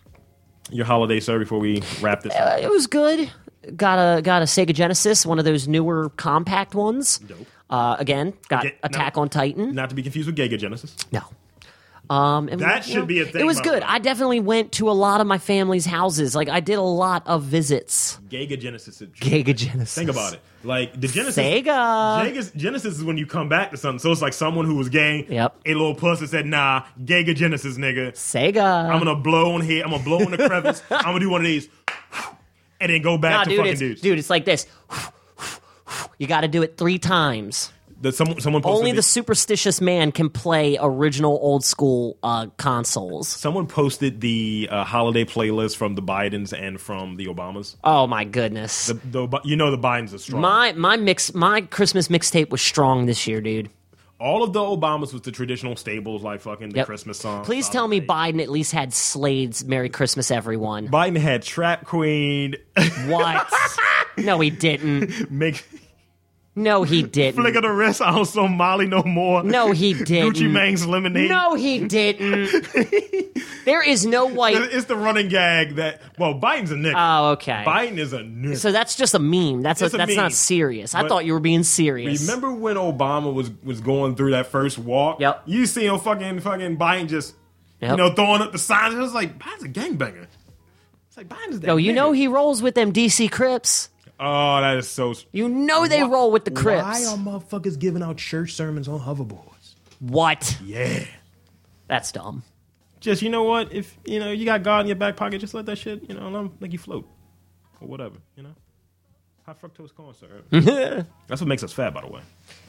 your holiday, sir, before we wrap this up?
It was good. Got a got a Sega Genesis, one of those newer compact ones.
Dope.
Uh, again, got
Okay, no.
Attack on Titan.
Not to be confused with Giga Genesis.
No. Um, and
That should be a thing,
It was
by the
good.
way.
I definitely went to a lot of my family's houses. Like I did a lot of visits.
Giga Genesis. is-
Giga Genesis.
Think about it. Like the Genesis.
Sega.
Gigas- Genesis is when you come back to something. So it's like someone who was gay.
Yep.
A little puss that said, "Nah, Giga Genesis, nigga.
Sega.
I'm gonna blow on here. I'm gonna blow on the crevice. I'm gonna do one of these, and then go back
Nah,
to
dude,
fucking
it's,
dudes.
dude, it's like this. You got to do it three times.
The, someone, someone posted
Only the superstitious man can play original old school uh, consoles.
Someone posted the uh, holiday playlist from the Bidens and from the Obamas.
Oh my goodness.
The, the Ob- you know the Bidens are strong.
my my mix my Christmas mixtape was strong this year, dude.
All of the Obamas was the traditional stables like fucking the
Yep.
Christmas song.
Please tell me Biden at least had Slade's "Merry Christmas, Everyone."
Biden had Trap Queen.
What? no, he didn't.
Make
No, he didn't.
flick of the wrist. I also Molly no more.
No, he
Gucci
didn't.
Mang's lemonade.
No, he didn't. there is no white.
It's the running gag that well, Biden's a nigga.
Oh, okay.
Biden is a nigga.
So that's just a meme. That's a,
It's a
that's
meme.
not serious. I
But-
thought you were being serious.
Remember when Obama was was going through that first walk?
Yep.
You see him fucking fucking Biden just you
Yep.
know throwing up the signs. It was like Biden's a gangbanger. It's like Biden's that.
No, Oh, you
nigga.
know he rolls with them DC Crips.
Oh, that is so.
You know they roll with the Crips.
Why are motherfuckers giving out church sermons on hoverboards?
what?
Yeah.
That's dumb.
Just you know what? If you know you got God in your back pocket, just let that shit you know let, him- let you float or whatever. You know, high fructose corn syrup. That's what makes us fat, by the way.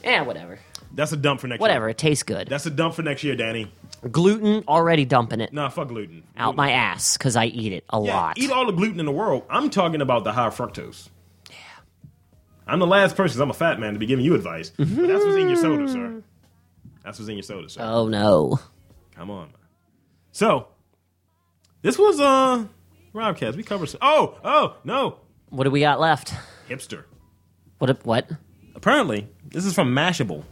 Yeah, whatever.
That's a dump for next.
Whatever.
Year.
It tastes good.
That's a dump for next year, Danny.
Gluten already dumping it
Nah, fuck gluten.
out my ass because I eat it a
Yeah,
lot.
Eat all the gluten in the world. I'm talking about the high fructose. Yeah. I'm the last person. 'cause I'm a fat man to be giving you advice. But that's what's in your soda, sir. That's what's in your soda, sir.
oh no.
Come on. Man. So, this was uh, Robcast. We covered. Some- oh, oh no,
What do we got left?
hipster.
What? What?
Apparently, this is from Mashable.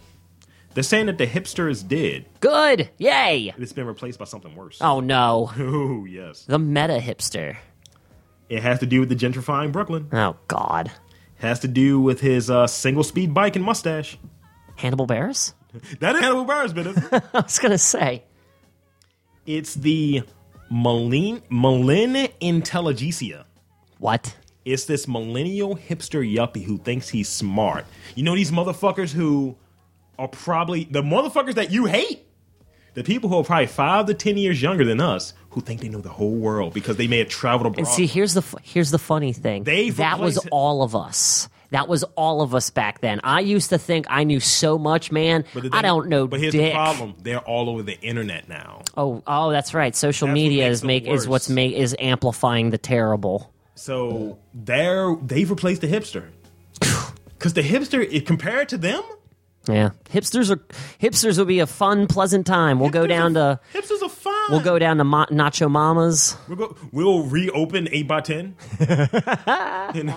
They're saying that the hipster is dead.
Good. Yay.
It's been replaced by something worse.
Oh no.
Oh, yes.
The meta hipster.
It has to do with the gentrifying Brooklyn.
Oh god.
Has to do with his uh, single speed bike and mustache.
Hannibal Barris.
That is Hannibal Burris, but it's-
I was gonna say.
It's the Malin Malin Intelligentsia.
What?
It's this millennial hipster yuppie who thinks he's smart. You know these motherfuckers who are probably the motherfuckers that you hate. The people who are probably five to ten years younger than us who think they know the whole world because they may have traveled abroad.
And see, here's the fu- here's the funny thing.
They've
that was
replaced-
all of us. That was all of us back then. I used to think I knew so much, man.
But the
I
thing-
don't know
But here's
dick.
the problem: they're all over the internet now.
Oh, oh, that's right. Social
That's what
media
makes
is
it
make is what's
worse.
make is amplifying the terrible.
So they're they've replaced the hipster because the hipster, it, compared to them,
Yeah, hipsters are hipsters will be a fun, pleasant time. We'll go
hipsters
down
are-
to
hipsters are fine.
we'll go down to Ma- Nacho Mama's.
We'll, go, we'll reopen 8 by 10 And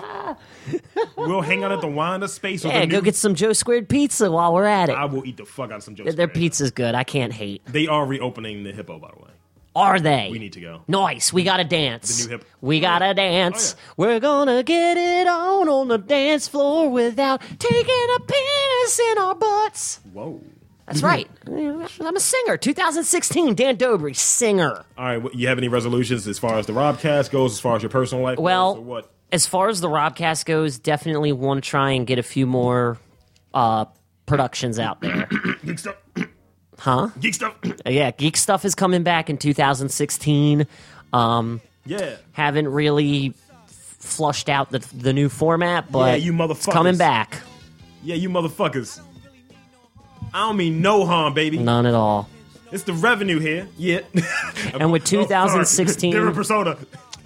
We'll hang out at the Wanda space. with
Yeah,
the
go
new-
get some Joe Squared pizza while we're at it.
I will eat the fuck out of some Joe
Their
Square.
pizza's good. I can't hate.
They are reopening the hippo, by the way.
Are they?
We need to go.
Nice. We gotta dance.
new hip- Oh,
We gotta dance. We're gonna get it on on the dance floor without taking a penis in our butts.
Whoa.
That's
Mm-hmm.
right. I'm a singer. 2016, Dan Dobry, singer.
All right. What, you have any resolutions as far as the Robcast goes, as far as your personal life? goes,
Well,
or what?
as far as the Robcast goes, definitely want to try and get a few more uh, productions out there.
Geek stuff.
Huh?
Geek stuff.
yeah, Geek Stuff is coming back in 2016. Um,
yeah.
haven't really f- flushed out the, the new format, but
you
it's coming
motherfuckers.
back.
Yeah, you motherfuckers. I don't mean no harm, baby.
None at all.
It's the revenue here. Yeah.
And with 2016
Different persona.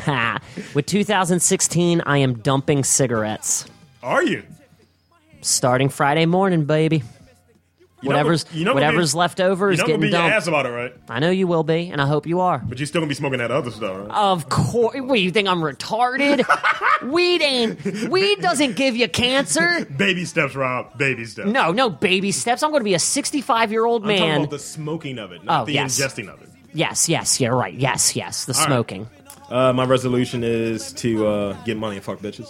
Ha. with 2016, I am dumping cigarettes.
Are you?
Starting Friday morning, baby.
know what-
Whatever's
you know what
whatever's
being-
left over
You're
is
not gonna
getting
be your
dumped.
ass about it, right?
I know you will be, and I hope you are.
But you're still gonna be smoking that other stuff, right?
Of course. What, you think I'm retarded? weed ain't. Weed doesn't give you cancer.
Baby steps, Rob. Baby steps.
Uh, No, no baby steps. I'm going to be a 65 year old
I'm talking
man.
about the smoking of it, not
Oh,
the
yes.
ingesting of it.
yes, yes, you're right. Yes, yes, the
right.
smoking.
Uh, my resolution is to uh, get money and fuck bitches.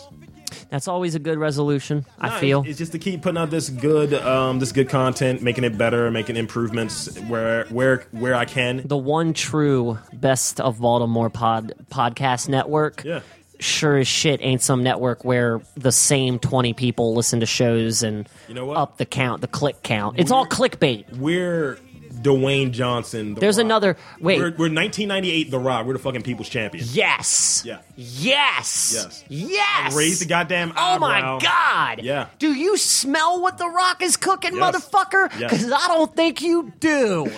That's always a good resolution.
No,
I
it-
feel.
it's just to keep putting out this good, um, this good content, making it better, making improvements where where where I can.
the one true best of Baltimore pod podcast network.
Yeah.
Sure as shit ain't some network where the same twenty people listen to shows and
You know what?
up the count, the click count. It's all clickbait.
We're Dwayne Johnson. The
There's
Rock.
another- wait.
We're, we're 1998. The Rock. We're the fucking people's champion.
Yes.
Yeah.
Yes.
Yes.
Yes.
Raise the goddamn.
Oh
eyebrow.
my God!
Yeah.
Do you smell what The Rock is cooking,
Yes.
motherfucker?
Yes.
Because I don't think you do.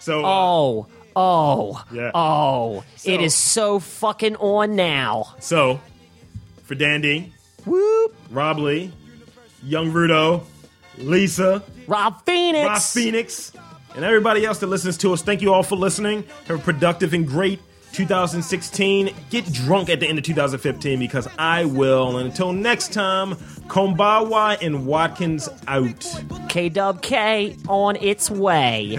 So. uh,
oh, oh,
Yeah.
oh!
So-
it is so fucking on now.
So, for Dandy,
Whoop!
Rob Lee, Young Rudo, Lisa,
Rob Phoenix.
Rob Phoenix, and everybody else that listens to us, thank you all for listening. Have a productive and great 2016. Get drunk at the end of 2015 because I will. And until next time, Kombawa and Watkins out.
K Dub K on its way.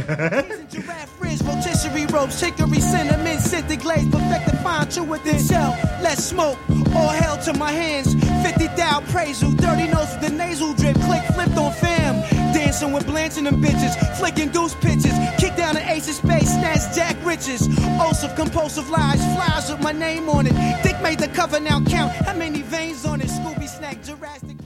Giraffe fringe, rotisserie ropes, chicory, cinnamon, sit the glaze, perfect the fine chew with this shell. Let's smoke, all hell to my hands. 50 thou praisal, dirty nose with the nasal drip, click flipped on fam. Dancing with Blanching them bitches, flicking goose pitches, kick down an ace of space, snatch jack riches. Ulcer, compulsive lies, flies with my name on it. Dick made the cover, now count how many veins on it. Scooby snack, Jurassic.